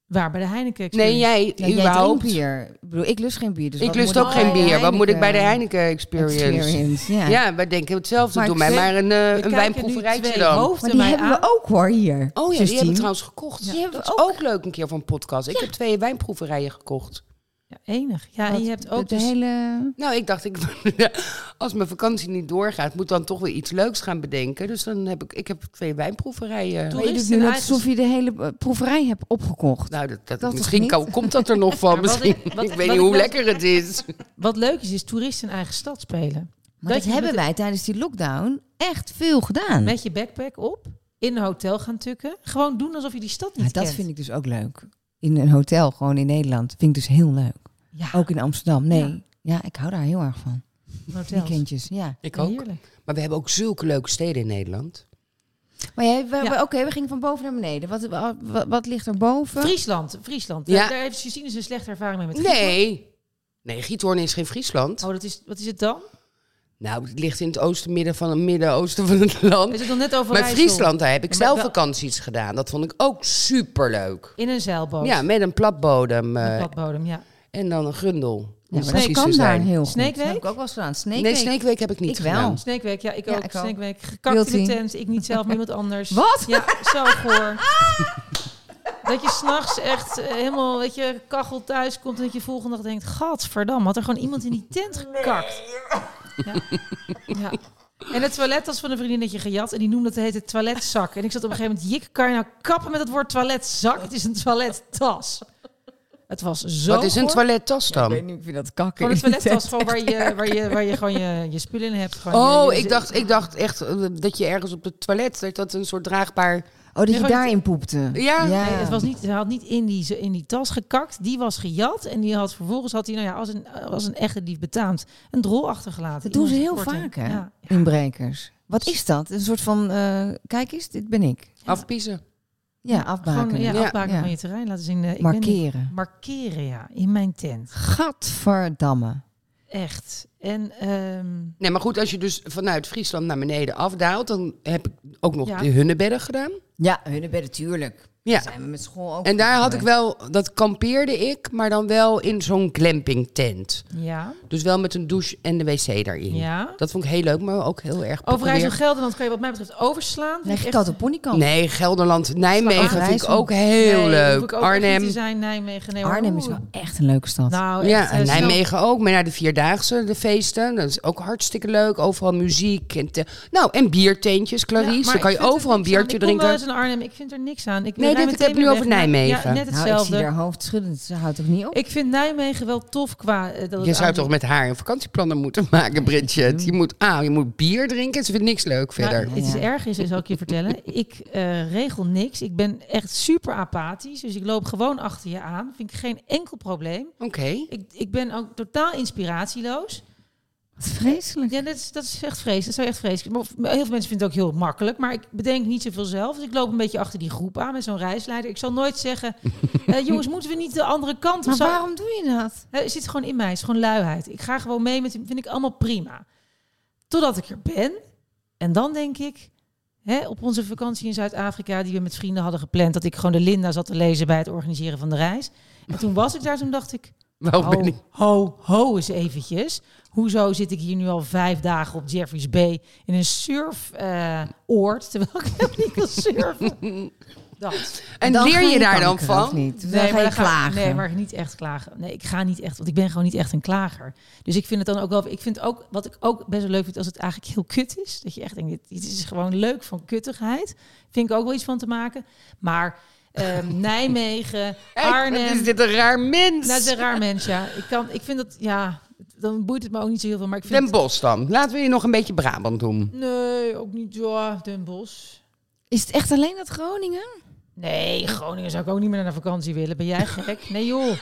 S3: Waar bij de Heineken Experience.
S4: Nee, jij
S5: Ja, jij drinkt
S4: überhaupt.
S5: bier. Ik bedoel, ik lust geen bier. Dus
S4: ik
S5: wat
S4: lust
S5: moet
S4: ook
S5: ik
S4: geen
S5: bij de
S4: bier. Wat moet ik bij de
S5: Heineken
S4: Heineken Experience?
S5: Experience, Ja.
S4: Ja. wij denken hetzelfde.
S5: Maar
S4: Doe
S5: ik
S4: mij
S5: weet-
S4: maar een, eh, een wijnproeverijtje dan.
S5: Maar die hebben we ook hoor hier.
S4: Oh ja, die hebben
S5: Justine.
S4: we trouwens gekocht.
S5: Ja,
S4: Die hebben
S5: dat
S4: we ook. leuk een keer van een podcast. Ik heb twee wijnproeverijen gekocht.
S3: Ja, enig. Ja, en
S5: Wat,
S3: je hebt ook
S5: de
S3: dus-
S5: hele...
S4: Nou, ik dacht, ik, als mijn vakantie niet doorgaat, moet dan toch weer iets leuks gaan bedenken. Dus dan heb ik, ik heb twee wijnproeverijen.
S5: Maar je doet
S3: Toeristen
S5: nu net
S3: in
S5: alsof je de hele eh, proeverij hebt opgekocht.
S4: Nou, dat, dat,
S5: Dat is
S4: misschien
S5: niet.
S4: kan- komt dat er nog van.
S3: Maar wat
S4: misschien.
S3: ik- wat-
S4: ik
S3: wat
S4: weet niet
S3: ik
S4: hoe
S3: wel-
S4: lekker het is.
S3: Wat leuk is, is toeristen in eigen stad spelen.
S5: Maar dat,
S3: je
S5: hebben
S3: met-
S5: wij tijdens die lockdown echt veel gedaan.
S3: Met je backpack op, in een hotel gaan tukken. Gewoon doen alsof je die stad
S5: Ja,
S3: niet
S5: dat
S3: kent.
S5: vind ik dus ook leuk. In een hotel, gewoon in Nederland. Vind ik dus heel leuk.
S3: Ja,
S5: Ook in Amsterdam. Nee.
S3: Ja.
S5: Ja, ik hou daar heel erg van.
S3: hotels.
S5: Weekendjes, ja.
S4: Ik
S3: Ja,
S4: ook.
S3: Heerlijk.
S4: Maar we hebben ook zulke leuke steden in Nederland.
S5: Maar jij, we- we-
S3: Ja.
S5: oké, we gingen van boven naar beneden. Wat, wa- wat, wat ligt er boven?
S3: Friesland, Friesland.
S4: Ja.
S3: Daar heeft Justine een slechte ervaring mee met Friesland.
S4: Nee. Nee, Giethoorn is geen Friesland.
S3: Oh, dat is, wat is het dan?
S4: Nou, het ligt in het oosten, midden van het midden-oosten van het land.
S3: Is het dan net over
S4: Maar Friesland, daar heb ik
S3: Ja, maar
S4: zelf
S3: wel-
S4: vakanties gedaan. Dat vond ik ook superleuk.
S3: In een zeilboot.
S4: Ja, met een platbodem eh,
S3: Met platbodem, ja.
S5: Ja.
S4: en dan een gundel. om
S5: Ja, maar dat
S4: precies
S5: kan
S4: te
S5: daar
S4: zijn.
S5: heel goed.
S3: Sneekweek?
S5: Dat heb ik ook wel eens gedaan.
S4: Nee,
S5: Sneekweek.
S4: Sneekweek heb ik niet
S5: Ik wel.
S4: gedaan.
S3: Sneekweek, ja, ik
S5: Ja,
S3: ook.
S5: ik ook.
S3: Sneekweek, gekakt in de
S5: Guilty.
S3: tent. Ik niet zelf, maar iemand anders.
S5: Wat?
S3: Ja, zo goor. Dat je s'nachts echt eh, helemaal, weet je, kachel thuis komt en dat je volgende dag denkt, gadverdam, had er gewoon iemand in die tent gekakt. Ja. Ja. En het toilet was van een vriendinnetje gejat en die noemde het de hele toiletzak. En ik zat op een gegeven moment, Jik, kan je nou kappen met het woord toiletzak? Het is een toilettas. Het was zo
S4: Wat is een
S3: goor.
S4: toilettas dan?
S5: niet, ik vind Oh, dat kakken.
S3: Gewoon een toilettas, gewoon waar je, waar je, waar je gewoon je, je spullen in hebt. Gewoon eh, je-
S4: Oh,
S3: je-
S4: ik dacht, ik dacht echt eh, dat je ergens op het toilet, dat dat een soort draagbaar...
S5: Oh, dat je
S3: gewoon-
S5: daarin poepte.
S4: Ja.
S3: Nee, het was niet, hij had niet in die, in die tas gekakt. Die was gejat. En die had vervolgens had hij, nou ja, als een, als een echte dief betaamt, een drol achtergelaten.
S5: Dat doen ze
S3: Iemand
S5: heel
S3: korte-
S5: vaak, hè?
S3: Ja.
S5: Inbrekers. Wat is dat? Een soort van, eh, kijk eens, dit ben ik.
S4: Afpiezen.
S5: Ja, afbaken.
S3: Gewoon ja,
S4: Ja.
S3: afbaken
S5: Ja.
S3: van je terrein. Laten zien. eh, ik ben niet-
S5: Markeren.
S3: markeren, ja. In mijn tent.
S5: Gadverdamme.
S3: Echt. En ehm,
S4: Nee, maar goed, als je dus vanuit Friesland naar beneden afdaalt, dan heb ik ook nog
S3: Ja.
S4: de hunnebedden gedaan.
S5: Ja, hun bedden, tuurlijk.
S4: Ja.
S5: Zijn we met school ook.
S4: En daar had ik
S5: geweest.
S4: wel, dat kampeerde ik, maar dan wel in zo'n glamping tent.
S3: ja,
S4: Dus wel met een douche en de wc daarin.
S3: ja.
S4: Dat vond ik heel leuk, maar ook heel erg
S3: Overijssel,
S4: populair.
S3: Gelderland kan je wat mij betreft overslaan.
S5: Nee,
S3: Vind ik
S5: ik
S3: echt-
S5: had op ponykamp.
S4: Nee, Gelderland, Nijmegen vind ik
S5: Overijssel.
S4: ook heel
S3: Nee, daar hoef
S4: leuk.
S3: ik ook echt niet
S4: Arnhem.
S3: te zijn, Nijmegen. Nee, hoor.
S5: Arnhem is
S3: Oeh.
S5: wel echt een leuke stad.
S3: Oh. Nou,
S4: Ja,
S3: echt,
S4: en
S3: eh, snel-
S4: Nijmegen ook. Maar naar de Vierdaagse, de feesten. Dat is ook hartstikke leuk. Overal muziek. En te- nou, en biertentjes, Clarice.
S3: Ja, maar
S4: dan kan je
S3: ik vind er
S4: overal een
S3: niks aan.
S4: biertje
S3: Ik kom wel
S4: drinken.
S3: eens in Arnhem, ik vind er niks aan. Ik
S4: Nee,
S3: rij
S4: dit-
S3: meteen
S4: ik heb nu
S3: weer
S4: over
S3: weg naar-
S4: Nijmegen.
S3: Ja, net
S5: Nou, ik zie
S3: hetzelfde.
S5: haar hoofd schuddend. Ze houdt ook niet op.
S3: Ik vind Nijmegen wel tof qua... eh, dat het
S4: Je zou
S3: aan-
S4: toch met haar een vakantieplannen moeten maken, Bridget. Je moet, ah, je moet bier drinken. Ze vindt niks leuk
S3: Nou,
S4: verder.
S3: het is
S5: Ja.
S3: erg is, zal ik je vertellen. Ik eh, regel niks. Ik ben echt super apathisch. Dus ik loop gewoon achter je aan. Vind ik geen enkel probleem.
S4: Oké.
S3: Ik, ik ben ook totaal inspiratieloos.
S5: Wat vreselijk.
S3: Ja, dat is, dat is echt vreselijk. Dat zou echt vreselijk. Maar of- maar heel veel mensen vinden het ook heel makkelijk. Maar ik bedenk niet zoveel zelf. Dus ik loop een beetje achter die groep aan met zo'n reisleider. Ik zal nooit zeggen... eh, jongens, moeten we niet de andere kant?
S5: Maar
S3: of zo?
S5: waarom doe je dat?
S3: Hè, Het zit gewoon in mij. Het is gewoon luiheid. Ik ga gewoon mee met hem. Vind ik allemaal prima. Totdat ik er ben. En dan denk ik, hè, op onze vakantie in Zuid-Afrika, die we met vrienden hadden gepland, dat ik gewoon de Linda zat te lezen bij het organiseren van de reis. En toen was ik daar, toen dacht ik,
S4: Waarom ben
S3: ho,
S4: ik...
S3: ho, ho eens eventjes. Hoezo zit ik hier nu al vijf dagen op Jeffrey's Bay in een surfoord, terwijl ik helemaal niet wil surfen? Dat.
S4: En
S5: Dan
S4: leer
S5: ga
S4: je daar dan
S5: kankeren,
S4: van?
S5: of Niet? Dan ga je
S3: dan ga-
S5: klagen.
S3: nee, maar niet echt klagen. Nee, ik ga niet echt, want ik ben gewoon niet echt een klager. Dus ik vind het dan ook wel. Ik vind ook wat ik ook best wel leuk vind als het eigenlijk heel kut is. Dat je echt denkt, dit, dit is gewoon leuk van kuttigheid. Vind ik ook wel iets van te maken. Maar ehm, Nijmegen,
S4: Hey, wat
S3: Arnhem.
S4: is dit een raar mens?
S3: Nou, het is een raar mens, ja. Ik, kan, ik vind dat, ja, dan boeit het me ook niet zo heel veel. Maar ik vind
S4: Den Bosch dan. Laten we je nog een beetje Brabant doen.
S3: Nee, ook niet, ja, Den Bosch.
S5: Is het echt alleen dat Groningen?
S3: Nee, Groningen zou ik ook niet meer naar vakantie willen. Ben jij gek? Nee, joh.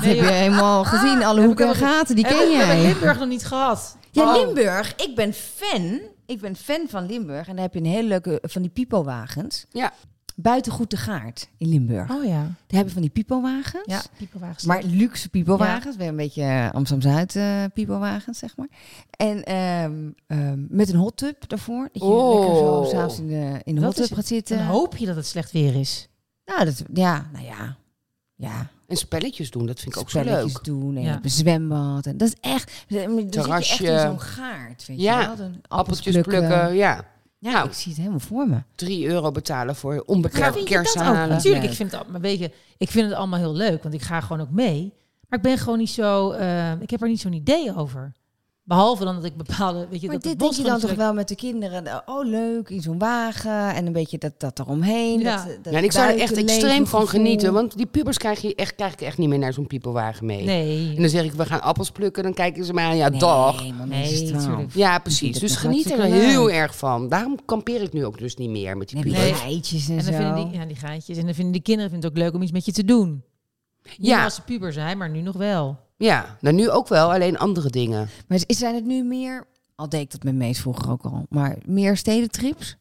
S3: Nee,
S5: heb je
S3: joh.
S5: helemaal gezien. Alle
S3: ik
S5: hoeken en
S3: helemaal
S5: gaten, die
S3: Hebben we-
S5: ken
S3: hebben we
S5: jij.
S3: Limburg nog niet gehad.
S5: Ja,
S3: Oh.
S5: Limburg. Ik ben fan. Ik ben fan van Limburg. En daar heb je een hele leuke van die pipowagens.
S4: Ja.
S5: Buiten Goed de Gaard in Limburg.
S3: Oh ja.
S5: Daar hebben van die pipowagens.
S3: Ja, pieperwagens.
S5: Maar luxe pipowagens. Weer een beetje eh, Amsterdam-Zuid eh pipowagens, zeg maar. En ehm, ehm, met een hot tub daarvoor. Dat je
S4: Oh.
S5: lekker zo s'avonds in de, in de
S3: Dat
S5: hot tub
S3: is-
S5: gaat
S3: dan
S5: zitten.
S3: hoop je dat het slecht weer is.
S5: Nou, dat, ja, nou ja. Ja,
S4: En spelletjes doen, dat vind ik ook zo
S5: spelletjes
S4: leuk.
S5: doen en
S3: Ja.
S5: op een zwembad. En dat is echt, dan zit je echt
S4: Terrasje.
S5: in zo'n gaard, weet
S4: Ja,
S5: je wel. Dan
S4: Appeltjes plukken, ja.
S5: Ja,
S4: Nou.
S5: ik zie het helemaal voor me.
S4: 3 euro betalen voor
S3: Maar
S4: onbeperkt
S3: vind je
S4: kersen
S3: dat ook?
S4: halen.
S3: Natuurlijk,
S5: Leuk.
S3: ik vind, dat, maar weet je, ik vind het allemaal heel leuk, want ik ga gewoon ook mee. Maar ik ben gewoon niet zo, eh, ik heb er niet zo'n idee over. Behalve dan dat ik bepaalde, weet je,
S5: maar
S3: dat het
S5: dit
S3: bos
S5: denk je
S3: gewoon
S5: dan
S3: zo
S5: toch wel met de kinderen. eh, Oh, leuk, in zo'n wagen en een beetje dat, dat eromheen.
S3: Ja.
S5: Dat, dat
S4: Ja, en ik zou er echt
S5: buitenleven
S4: extreem van
S5: gevoel.
S4: genieten. Want die pubers krijg, je echt, krijg ik echt niet meer naar zo'n piepelwagen mee.
S3: Nee.
S4: En dan zeg ik, we gaan appels plukken. Dan kijken ze mij aan, ja,
S5: nee,
S4: dag.
S5: man,
S3: Nee,
S5: is het wel.
S3: tuurlijk.
S4: Ja,
S5: vind
S4: precies.
S5: het
S4: Dus
S5: nog
S4: geniet er
S5: hartstikke
S4: heel
S5: leuk.
S4: erg van. Daarom kampeer ik nu ook dus niet meer met die
S5: En
S4: pubers.
S3: Nee.
S5: nee. geitjes en,
S3: En dan
S5: zo.
S3: vinden die, ja, die gaatjes. En dan vinden die kinderen vinden het ook leuk om iets met je te doen. Niet
S4: Ja.
S3: meer als ze puber zijn, maar nu nog wel.
S4: Ja, nou nu ook wel, alleen andere dingen.
S5: Maar is- zijn het nu meer, al deed ik dat met mees vroeger ook al, maar meer stedentrips?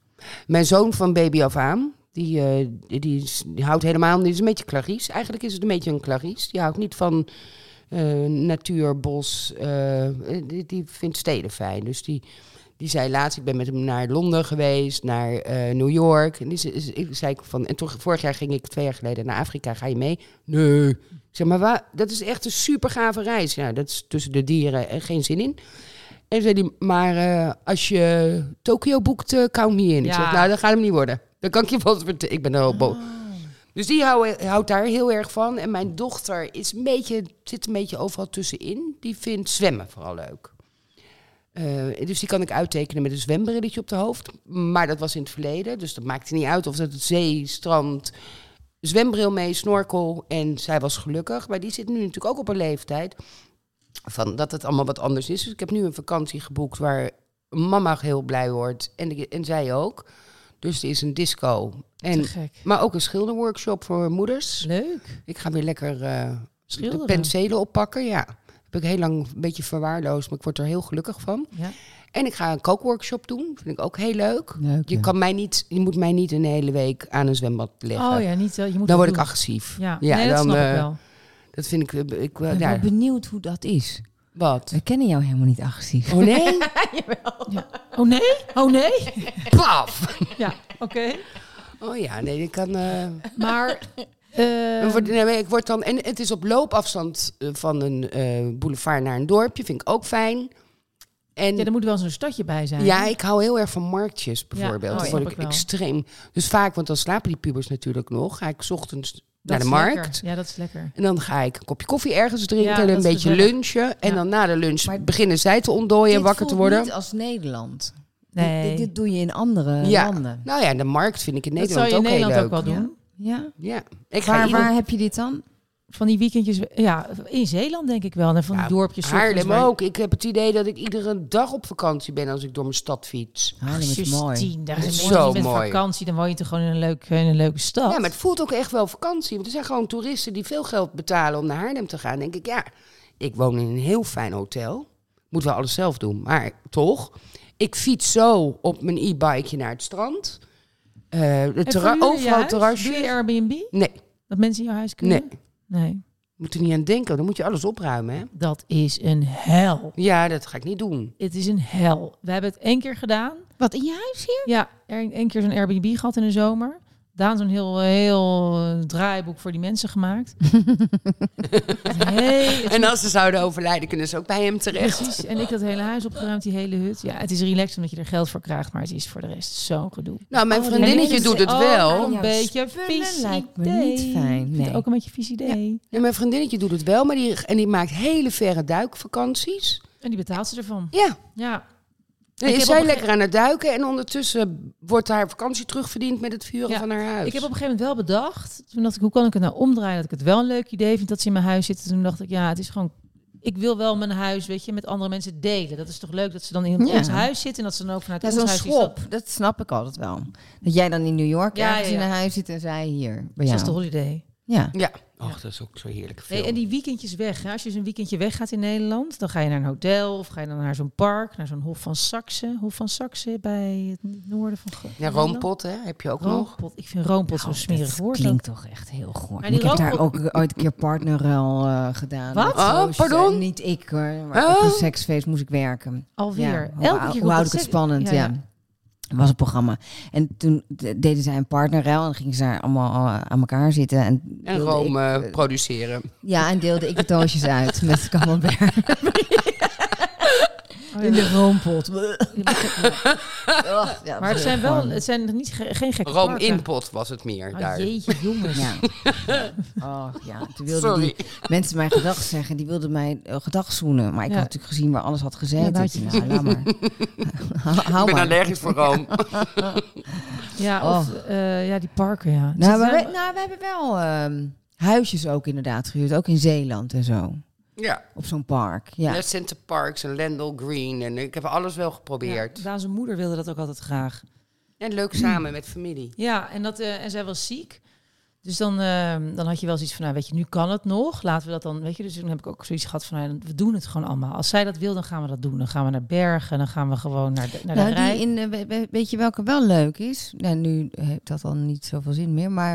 S4: Mijn zoon van baby af aan, die, eh, die, die is- die houdt helemaal niet. is een beetje Clarice. Eigenlijk is het een beetje een Clarice. Die houdt niet van eh, natuur, bos. eh, eh, die, die vindt steden fijn. Dus die, die zei laatst, ik ben met hem naar Londen geweest, naar eh, New York. En die, ze- ze- ik zei ik van, en toch, vorig jaar ging ik twee jaar geleden naar Afrika. Ga je mee? Nee. Ik zeg maar, wa, dat is echt een super gave reis. Nou, dat is tussen de dieren en geen zin in. En zei die, maar eh, als je Tokio boekt, eh count me in. Ik
S3: Ja.
S4: zeg, nou, dat gaat hem niet worden. Dan kan ik je vast vertellen. Ik ben er ook boos. Dus die hou- houdt daar heel erg van. En mijn dochter is een beetje, zit een beetje overal tussenin. Die vindt zwemmen vooral leuk. Eh, dus die kan ik uittekenen met een zwembrilletje op de hoofd. Maar dat was in het verleden. Dus dat maakte niet uit of dat het zee, strand, zwembril mee, snorkel. En zij was gelukkig. Maar die zit nu natuurlijk ook op een leeftijd. Van dat het allemaal wat anders is. Dus ik heb nu een vakantie geboekt waar mama heel blij wordt. En, ik- en zij ook. Dus er is een disco. En,
S3: gek.
S4: maar ook een schilderworkshop voor moeders.
S3: Leuk.
S4: Ik ga weer lekker eh, de
S3: Schilderen.
S4: penselen oppakken. Ja, heb ik heel lang een beetje verwaarloosd. Maar ik word er heel gelukkig van.
S3: Ja.
S4: En ik ga een kookworkshop doen. Vind ik ook heel leuk.
S5: Leuk,
S4: Je,
S5: ja.
S4: kan mij niet, je moet mij niet een hele week aan een zwembad leggen.
S3: Oh ja, niet, eh, je moet
S4: Dan
S3: het
S4: word ik
S3: doen.
S4: agressief.
S3: Ja, nee, dat
S4: dan,
S3: snap ik
S4: eh,
S3: wel.
S4: Dat vind ik... eh, ik eh,
S5: Ik ben
S4: ja.
S5: wel benieuwd hoe dat is.
S4: Wat?
S5: We kennen jou helemaal niet agressief.
S4: Oh nee?
S3: Oh nee? Oh nee?
S4: Paf!
S3: Ja, oké.
S4: Oh ja, nee, ik kan... eh,
S3: Maar,
S4: ik word- nee, maar ik word dan, en het is op loopafstand eh, van een eh, boulevard naar een dorpje. Vind ik ook fijn. En
S3: ja, er moet wel zo'n stadje bij zijn.
S4: Ja, ik hou heel erg van marktjes bijvoorbeeld.
S3: oh,
S4: Daar
S3: snap
S4: word
S3: ik
S4: ik
S3: wel.
S4: extreem. Dus vaak, want dan slapen die pubers natuurlijk nog. Ga ik 's ochtends naar de
S3: is
S4: markt.
S3: lekker. Ja, dat is lekker.
S4: En dan ga ik een kopje koffie ergens drinken
S3: Ja,
S4: en
S3: dat
S4: een
S3: is
S4: beetje
S3: gezellig.
S4: lunchen. En
S3: Ja.
S4: dan na de lunch
S5: Maar
S4: beginnen zij te ontdooien en
S5: Dit
S4: wakker te
S5: voelt
S4: worden.
S5: niet als Nederland.
S3: Nee.
S5: Dit, dit doe je in andere
S4: Ja.
S5: landen.
S4: Nou ja, en de markt vind ik in
S3: dat zou
S4: Nederland
S3: je in
S4: ook
S3: Nederland
S4: heel
S3: ook
S4: leuk.
S3: wel doen.
S5: Ja?
S4: Ja, ik ga
S5: Waar,
S4: ieder-
S5: waar heb je dit dan?
S3: Van die weekendjes, ja, in Zeeland denk ik wel. En van
S4: Ja,
S3: die dorpjes.
S4: Haarlem ook. Ik heb het idee dat ik iedere dag op vakantie ben als ik door mijn stad fiets.
S3: Ah,
S5: Haarlem Ah, is mooi.
S3: Tien, daar is
S4: Zo
S3: een mooi. Je bent
S4: mooi.
S3: vakantie, dan woon je toch gewoon in een, leuk, in een leuke stad.
S4: Ja, maar het voelt ook echt wel vakantie. Want er zijn gewoon toeristen die veel geld betalen om naar Haarlem te gaan. Dan denk ik, ja, ik woon in een heel fijn hotel. Moet wel alles zelf doen, maar toch. Ik fiets zo op mijn e-bike naar het strand. Eh, de
S3: En
S4: terra-
S3: verhuur je je
S4: overal
S3: huis?
S4: terrasjes.
S3: Doe je Airbnb?
S4: Nee,
S3: Dat mensen in jouw huis kunnen?
S4: nee.
S3: Nee.
S4: Moet er niet aan denken, dan moet je alles opruimen. Hè?
S3: Dat is een hel.
S4: Ja, dat ga ik niet doen.
S3: Het is een hel. We hebben het één keer gedaan.
S5: Wat in je huis hier?
S3: Ja, er- één keer zo'n Airbnb gehad in de zomer. Daan zo'n heel, heel eh, draaiboek voor die mensen gemaakt. hey, het-
S4: En als ze zouden overlijden, kunnen ze ook bij hem terecht.
S3: precies. En ik dat hele huis opgeruimd, die hele hut. Ja, het is relaxed omdat je er geld voor krijgt, maar het is voor de rest zo'n gedoe.
S4: Nou, mijn
S6: Oh,
S4: vriendinnetje
S6: nee,
S4: doet
S6: dat
S4: het
S6: is-
S4: wel.
S6: oh,
S3: Een
S6: Ja,
S3: beetje
S5: spullen
S3: vies
S5: lijkt me
S3: idee.
S5: niet fijn,
S3: Ik vind het
S5: nee.
S3: Ook een beetje vies idee.
S4: Ja, mijn vriendinnetje doet het wel, maar die, en die maakt hele verre duikvakanties.
S3: En die betaalt ze ervan.
S4: Ja,
S3: Ja.
S4: dan
S3: heb
S4: is
S3: op
S4: zij
S3: een
S4: lekker aan het duiken en ondertussen wordt haar vakantie terugverdiend met het vuren
S3: Ja,
S4: van haar huis.
S3: Ik heb op een gegeven moment wel bedacht, toen dacht ik, hoe kan ik het nou omdraaien dat ik het wel een leuk idee vind dat ze in mijn huis zitten. Toen dacht ik, ja, het is gewoon, ik wil wel mijn huis, weet je, met andere mensen delen. Dat is toch leuk dat ze dan in
S5: Ja.
S3: ons huis zitten en dat ze dan ook vanuit
S5: Ja,
S3: ons
S5: zo'n
S3: huis is
S5: schop, dat snap ik altijd wel. Dat jij dan in New York
S3: Ja,
S5: ergens
S3: ja, ja.
S5: in een huis zit en zij hier bij
S3: Dat
S5: jou.
S3: is de holiday.
S5: Ja.
S4: Ja, och, dat is ook zo heerlijk veel.
S3: Hey, en die weekendjes weg. Hè? Als je eens een weekendje weggaat in Nederland, dan ga je naar een hotel of ga je dan naar zo'n park, naar zo'n Hof van Saxe. Hof van Saxe bij het noorden van Go-
S4: Ja,
S3: Nederland.
S4: roompot, hè, heb je ook nog.
S3: Roompot. Ik vind roompot zo'n
S5: Oh,
S3: smerig
S5: dat
S3: woord. ook.
S5: klinkt toch echt heel goor.
S3: Maar
S5: En Ik
S3: die
S5: heb daar ook ooit een keer partnerruil eh, gedaan.
S3: Wat?
S5: Met
S4: Oh,
S5: roosjes.
S4: pardon?
S5: Eh, Niet ik hoor, maar op
S4: Oh.
S5: een seksfeest moest ik werken.
S3: Alweer.
S5: Ja, hoe, ou- hoe
S3: komt
S5: houd ik
S3: dat
S5: het
S3: seks-
S5: spannend, ja. Het was een programma. En toen de- deden zij een partnerruil en dan gingen ze daar allemaal eh, aan elkaar zitten. En,
S4: En
S5: deelde
S4: room
S5: ik-
S4: eh, produceren.
S5: ja, en deelde ik de doosjes uit met camembert
S3: Oh, ja.
S5: in de roompot.
S3: Maar het zijn wel, het zijn niet, ge- geen gekke
S4: Room
S3: parken.
S4: inpot was het meer
S3: Ah,
S4: daar.
S3: jeetje, jongens.
S5: Ja. Dus- Oh ja, toen wilden
S4: Sorry.
S5: die mensen mijn gedag zeggen. Die wilden mij eh, gedag zoenen. Maar ik
S3: Ja.
S5: had natuurlijk gezien waar alles had
S3: Ja,
S5: gezeten.
S3: daar
S5: Ja,
S3: had je
S5: nou, laat maar. hou,
S4: Ik
S5: hou
S4: ben
S5: maar.
S4: allergisch voor room.
S3: Ja, of eh, ja, die parken, ja.
S5: Oh. Nou, maar
S3: Ze zijn-
S5: we, nou, we hebben wel ehm, huisjes ook inderdaad gehuurd. Ook in Zeeland en zo.
S4: ja,
S5: Op zo'n park. Ja.
S4: ja. Center Parks en Landel Green. En ik heb alles wel geprobeerd.
S3: Ja, Daan zijn moeder wilde dat ook altijd graag.
S4: En leuk samen met familie.
S3: Ja, en, dat, eh, en zij was ziek. Dus dan, eh, dan had je wel zoiets van, nou weet je, nu kan het nog. Laten we dat dan, weet je. Dus toen heb ik ook zoiets gehad van, nou, we doen het gewoon allemaal. Als zij dat wil, dan gaan we dat doen. Dan gaan we naar bergen, dan gaan we gewoon naar de, naar
S5: Nou,
S3: de rij.
S5: die in, eh, we- we- weet je welke wel leuk is? Nou, nu heeft dat al niet zoveel zin meer. Maar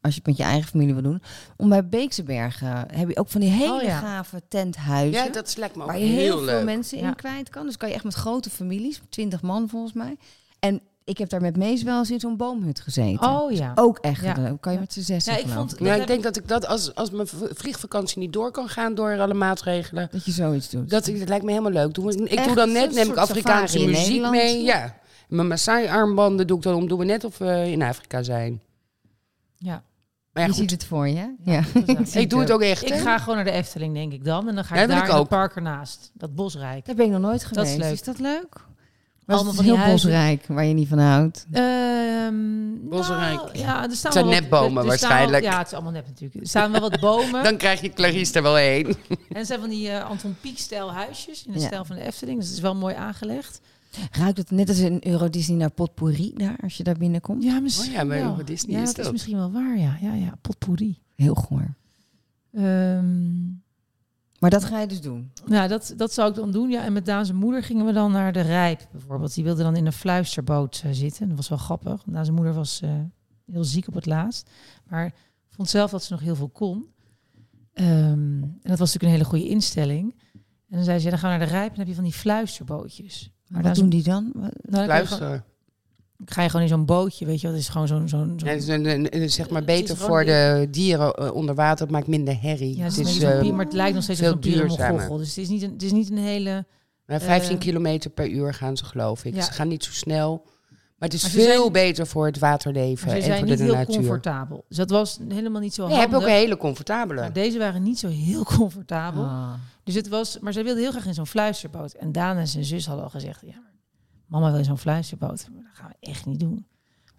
S5: als je het met je eigen familie wil doen. Om bij Beekse Bergen heb je ook van die hele
S3: Oh, ja.
S5: gave tenthuizen.
S4: Ja, dat lijkt me ook
S5: Waar je
S4: heel,
S5: heel, veel
S4: leuk.
S5: mensen in
S3: Ja.
S5: kwijt kan. Dus kan je echt met grote families, 20 man volgens mij. En ik heb daar met Mees wel eens in zo'n boomhut gezeten.
S3: Oh ja.
S5: Ook echt.
S3: Ja.
S5: leuk. Kan je met z'n zes
S3: Ja, ik vond,
S4: Ja, Nou,
S3: dat
S4: ik
S3: heb-
S4: denk dat ik dat als, als mijn v- vliegvakantie niet door kan gaan door alle maatregelen.
S5: dat je zoiets doet.
S4: Dat, ik- dat lijkt me helemaal leuk. Doe, ik
S5: Echt,
S4: doe dan
S5: zo'n
S4: net, neem ik
S5: soort
S4: Afrikaanse
S5: safari in
S4: muziek
S5: Nederland.
S4: mee. Ja. En Mijn Maasai-armbanden doe ik dan om. Doen we net of we in Afrika zijn.
S3: ja.
S4: Maar ja,
S5: je
S4: goed,
S5: ziet het voor je. hè? Ja.
S3: inderdaad.
S5: zie
S4: ik doe
S5: het
S4: het ook echt.
S3: Ik
S4: hè?
S3: ga gewoon naar de Efteling, denk ik dan. En dan ga
S4: Ja,
S3: ik
S4: wil
S3: daar
S4: ik
S3: in
S4: ook.
S3: het park ernaast. Dat bosrijk.
S5: Daar ben ik nog nooit
S3: Dat is
S5: geweest.
S3: leuk.
S5: is dat leuk? Maar
S3: Allemaal
S5: het is
S3: van die
S5: heel
S3: huizen.
S5: bosrijk waar je niet van houdt.
S3: Ehm,
S4: Bosrijk.
S3: nou, ja, er staan
S4: Het zijn
S3: wel wat-
S4: nepbomen
S3: er- er staan wel-
S4: waarschijnlijk.
S3: ja, het is allemaal nep natuurlijk. Er staan wel wat bomen.
S4: Dan krijg je Clarice er wel heen.
S3: En het zijn van die eh, Anton Pieck-stijl huisjes. In de
S5: Ja.
S3: stijl van de Efteling. Dus het is wel mooi aangelegd.
S5: Ruikt het net als in Euro Disney naar potpourri daar als je daar binnenkomt?
S3: Ja, misschien
S4: Oh ja, bij
S3: wel.
S4: Euro Disney
S3: Ja,
S4: is
S3: dat
S4: het
S3: is
S4: ook.
S3: misschien wel waar. Ja, ja, ja. Potpourri.
S5: Heel goor.
S3: Ehm,
S5: Maar dat ga je dus doen.
S3: nou, dat, dat zou ik dan doen. Ja, en met Daan zijn moeder gingen we dan naar de Rijp bijvoorbeeld. Die wilde dan in een fluisterboot eh, zitten. En dat was wel grappig. Daan zijn moeder was eh, heel ziek op het laatst. Maar vond zelf dat ze nog heel veel kon. Ehm, en dat was natuurlijk een hele goede instelling. En dan zei ze, ja, dan gaan we naar de Rijp. En dan heb je van die fluisterbootjes.
S5: Maar
S3: daar
S5: wat
S3: is-
S5: doen die dan? Wat-
S3: Nou, dan kan je gewoon-
S4: Luister.
S3: Ik ga je gewoon in zo'n bootje, weet je wel. Het is gewoon zo'n... zo'n zo'n-
S4: Ja, het is een- een- een- zeg maar
S3: Het is
S4: beter
S3: gewoon
S4: voor de dieren eh, onder water. Het maakt minder herrie.
S3: ja, het
S4: het
S3: is een
S4: is
S3: beetje zo'n
S4: eh,
S3: pier, maar het lijkt nog steeds op
S4: veel
S3: een pierenmogel.
S4: duurzamer.
S3: Dus het is, niet een, het is niet een hele...
S4: maar 15
S3: eh,
S4: kilometer per uur gaan ze, geloof ik.
S3: Ja.
S4: Ze gaan niet zo snel. Maar het is
S3: Maar ze
S4: veel
S3: zijn-
S4: beter voor het waterleven
S3: Maar ze
S4: en
S3: zijn
S4: voor de,
S3: niet heel
S4: natuur.
S3: comfortabel. Dus dat was helemaal niet zo
S4: Je
S3: handig.
S4: hebt ook een hele comfortabele.
S3: maar deze waren niet zo heel comfortabel.
S5: Ah.
S3: Dus het was... Maar zij wilde heel graag in zo'n fluisterboot. En Daan en zijn zus hadden al gezegd... Ja, maar mama wil in zo'n fluisterboot. Maar dat gaan we echt niet doen.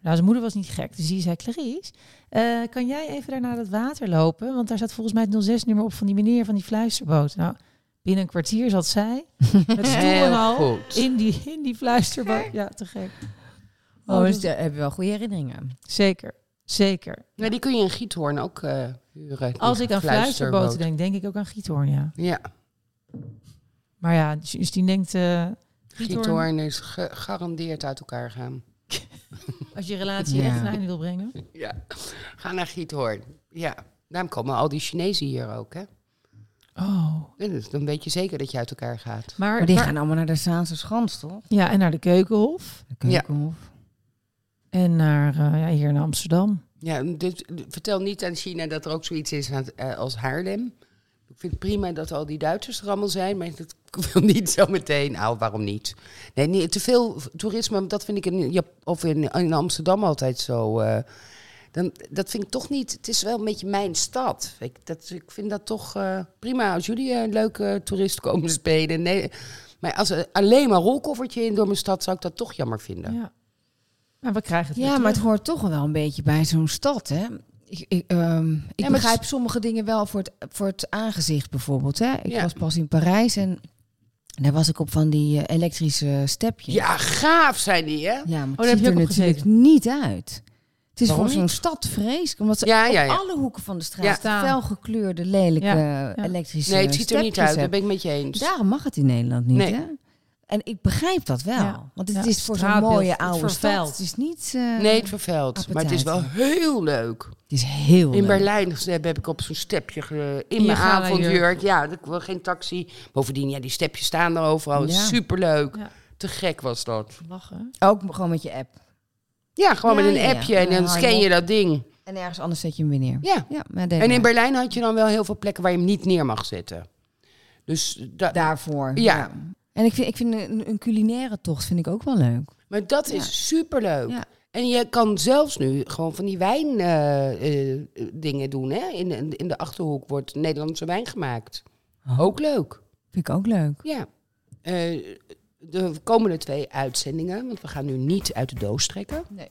S3: Nou, zijn moeder was niet gek. Dus die zei, Clarice, eh, kan jij even daar naar dat water lopen? Want daar zat volgens mij het 06-nummer op van die meneer van die fluisterboot. Nou, binnen een kwartier zat zij met stoel en
S4: Heel
S3: al
S4: goed.
S3: in die, in die fluisterboot. Ja, te gek.
S5: Oh,
S3: Oh,
S5: dus
S3: dat-
S5: daar heb je wel goede herinneringen aan.
S3: Zeker, zeker.
S4: Ja, die kun je in Giethoorn ook eh, huren.
S3: Als
S4: Die
S3: ik aan fluisterboten denk, denk ik ook aan Giethoorn, ja.
S4: Ja,
S3: Maar ja, Justine denkt, eh Giethoorn,
S4: Giethoorn is gegarandeerd uit elkaar gaan.
S3: als je relatie
S5: Ja.
S3: echt naar einde wil brengen.
S4: Ja, ga naar Giethoorn. Ja, daarom komen al die Chinezen hier ook, hè.
S3: Oh,
S4: En dus dan weet je zeker dat je uit elkaar gaat.
S3: maar,
S5: Maar die
S3: maar-
S5: gaan allemaal naar de Zaanse Schans, toch?
S3: ja, en naar de keukenhof.
S5: De
S4: Ja.
S5: Keukenhof.
S3: En naar, eh, ja, hier naar Amsterdam.
S4: Ja, dus vertel niet aan China dat er ook zoiets is aan- eh, als Haarlem. Ik vind het prima dat al die Duitsers er allemaal zijn, maar dat wil niet zo meteen. Nou, waarom niet? Nee, niet te veel toerisme, dat vind ik in, Jap- of in, in Amsterdam altijd zo. eh, dan, dat vind ik toch niet. Het is wel een beetje mijn stad. Ik, dat, ik vind dat toch eh, prima als jullie een leuke toerist komen spelen. Nee, maar als er alleen maar een rolkoffertje in door mijn stad zou ik dat toch jammer vinden.
S3: Ja. Maar we krijgen het
S5: Ja,
S3: weer
S5: maar het
S3: terug.
S5: hoort toch wel een beetje bij zo'n stad, hè? Ik, ik, ehm, ik
S4: maar het
S5: begrijp sommige dingen wel voor het, voor het aangezicht bijvoorbeeld. Hè? Ik
S4: Ja.
S5: was pas in Parijs en daar was ik op van die eh, elektrische stepjes.
S4: Ja, Oh, gaaf zijn die, hè?
S5: ja maar
S3: daar
S5: het
S3: heb
S5: ziet
S3: je
S5: er
S3: ook op
S5: natuurlijk niet uit. Het is
S3: Waarom
S5: voor zo'n stad vreselijk, omdat ze
S4: Ja, ja,
S5: op
S4: ja.
S5: alle hoeken van de
S4: Ja.
S5: straat felgekleurde, lelijke eh,
S3: ja.
S5: elektrische
S4: Nee, het ziet er niet
S5: stepjes
S4: uit.
S5: hebben.
S4: Dat ben ik met je eens.
S5: Daarom mag het in Nederland niet,
S4: Nee.
S5: hè? En ik begrijp dat wel.
S3: Ja.
S5: Want het
S3: Ja,
S5: is voor zo'n
S3: straatbeeld,
S5: mooie
S3: het
S5: oude stad.
S3: vervuilt.
S5: Het is niet... eh,
S4: Nee, het vervuilt. Maar het is wel heel leuk.
S5: Het is heel
S4: In
S5: leuk.
S4: Berlijn heb ik op zo'n stepje ge- in
S3: je
S4: mijn
S3: gala-jurk.
S4: avondjurk. Ja, ik wil geen taxi. Bovendien, ja, die stepjes staan er overal.
S5: Ja.
S4: Superleuk.
S3: Ja.
S4: Te gek was dat.
S3: Lachen.
S5: Ook gewoon met je app.
S4: Ja, gewoon
S5: Ja,
S4: met
S5: ja,
S4: een
S5: ja.
S4: appje en
S5: Ja,
S4: dan
S5: hang
S4: scan
S5: op.
S4: je dat ding.
S5: En ergens anders zet je hem weer neer.
S4: Ja.
S5: ja maar
S4: En in Berlijn had je dan wel heel veel plekken waar je hem niet neer mag zetten. Dus da-
S5: daarvoor.
S4: Ja.
S5: En ik vind, ik vind een, een culinaire tocht vind ik ook wel leuk.
S4: Maar dat
S5: Ja.
S4: is superleuk.
S5: Ja.
S4: En je kan zelfs nu gewoon van die wijndingen doen. Hè? In, de- in de achterhoek wordt Nederlandse wijn gemaakt.
S5: Oh.
S4: Ook leuk.
S5: Vind ik ook leuk.
S4: Ja. Eh, de komende twee uitzendingen, want we gaan nu niet uit de doos trekken.
S5: Nee.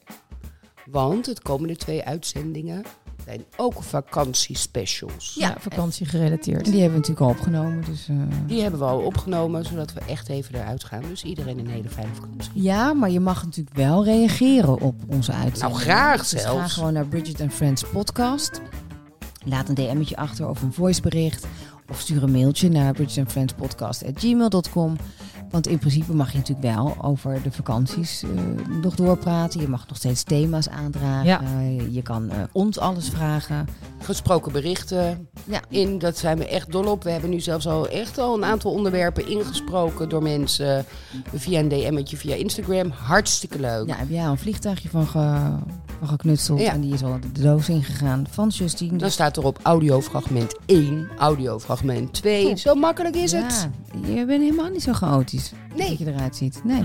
S4: Want de komende twee uitzendingen zijn ook vakantiespecials.
S3: Ja, vakantie gerelateerd.
S5: En die hebben we natuurlijk al opgenomen. Dus, eh,
S4: Die hebben we al opgenomen, zodat we echt even eruit gaan. Dus iedereen een hele fijne vakantie.
S5: Ja, maar je mag natuurlijk wel reageren op onze
S4: Nou,
S5: uitzending.
S4: graag
S5: Dus ga
S4: zelfs.
S5: gewoon naar Bridget and Friends podcast. Laat een DM'tje achter of een voicebericht. Of stuur een mailtje naar bridgetandfriendspodcast.gmail.com. Want in principe mag je natuurlijk wel over de vakanties eh, nog doorpraten. Je mag nog steeds thema's aandragen.
S3: Ja.
S5: Eh, je kan eh, ons alles vragen.
S4: Gesproken berichten
S5: Ja.
S4: in, dat zijn we echt dol op. We hebben nu zelfs al echt al een aantal onderwerpen ingesproken door mensen eh, via een DM'tje, via Instagram. Hartstikke leuk.
S5: Ja, heb jij al een vliegtuigje van, ge- van geknutseld.
S4: Ja.
S5: En die is al de doos ingegaan van Justine.
S4: Dan staat erop audiofragment 1, audiofragment 2.
S5: Goed.
S4: Zo makkelijk is
S5: ja,
S4: het.
S5: Je bent helemaal niet zo chaotisch.
S4: Nee.
S5: Dat je eruit ziet. Nee.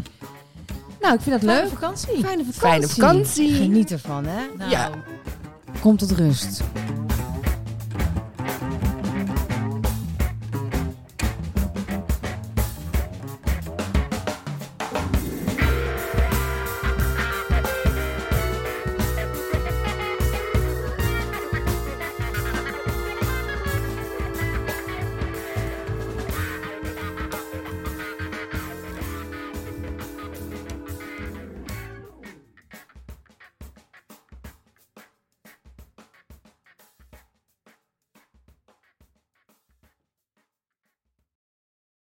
S5: Nou, ik vind dat
S3: Leuke
S5: leuk.
S3: vakantie.
S5: Fijne vakantie.
S4: Fijne vakantie.
S5: Geniet ervan, hè.
S3: Nou,
S4: Ja.
S5: Kom tot rust.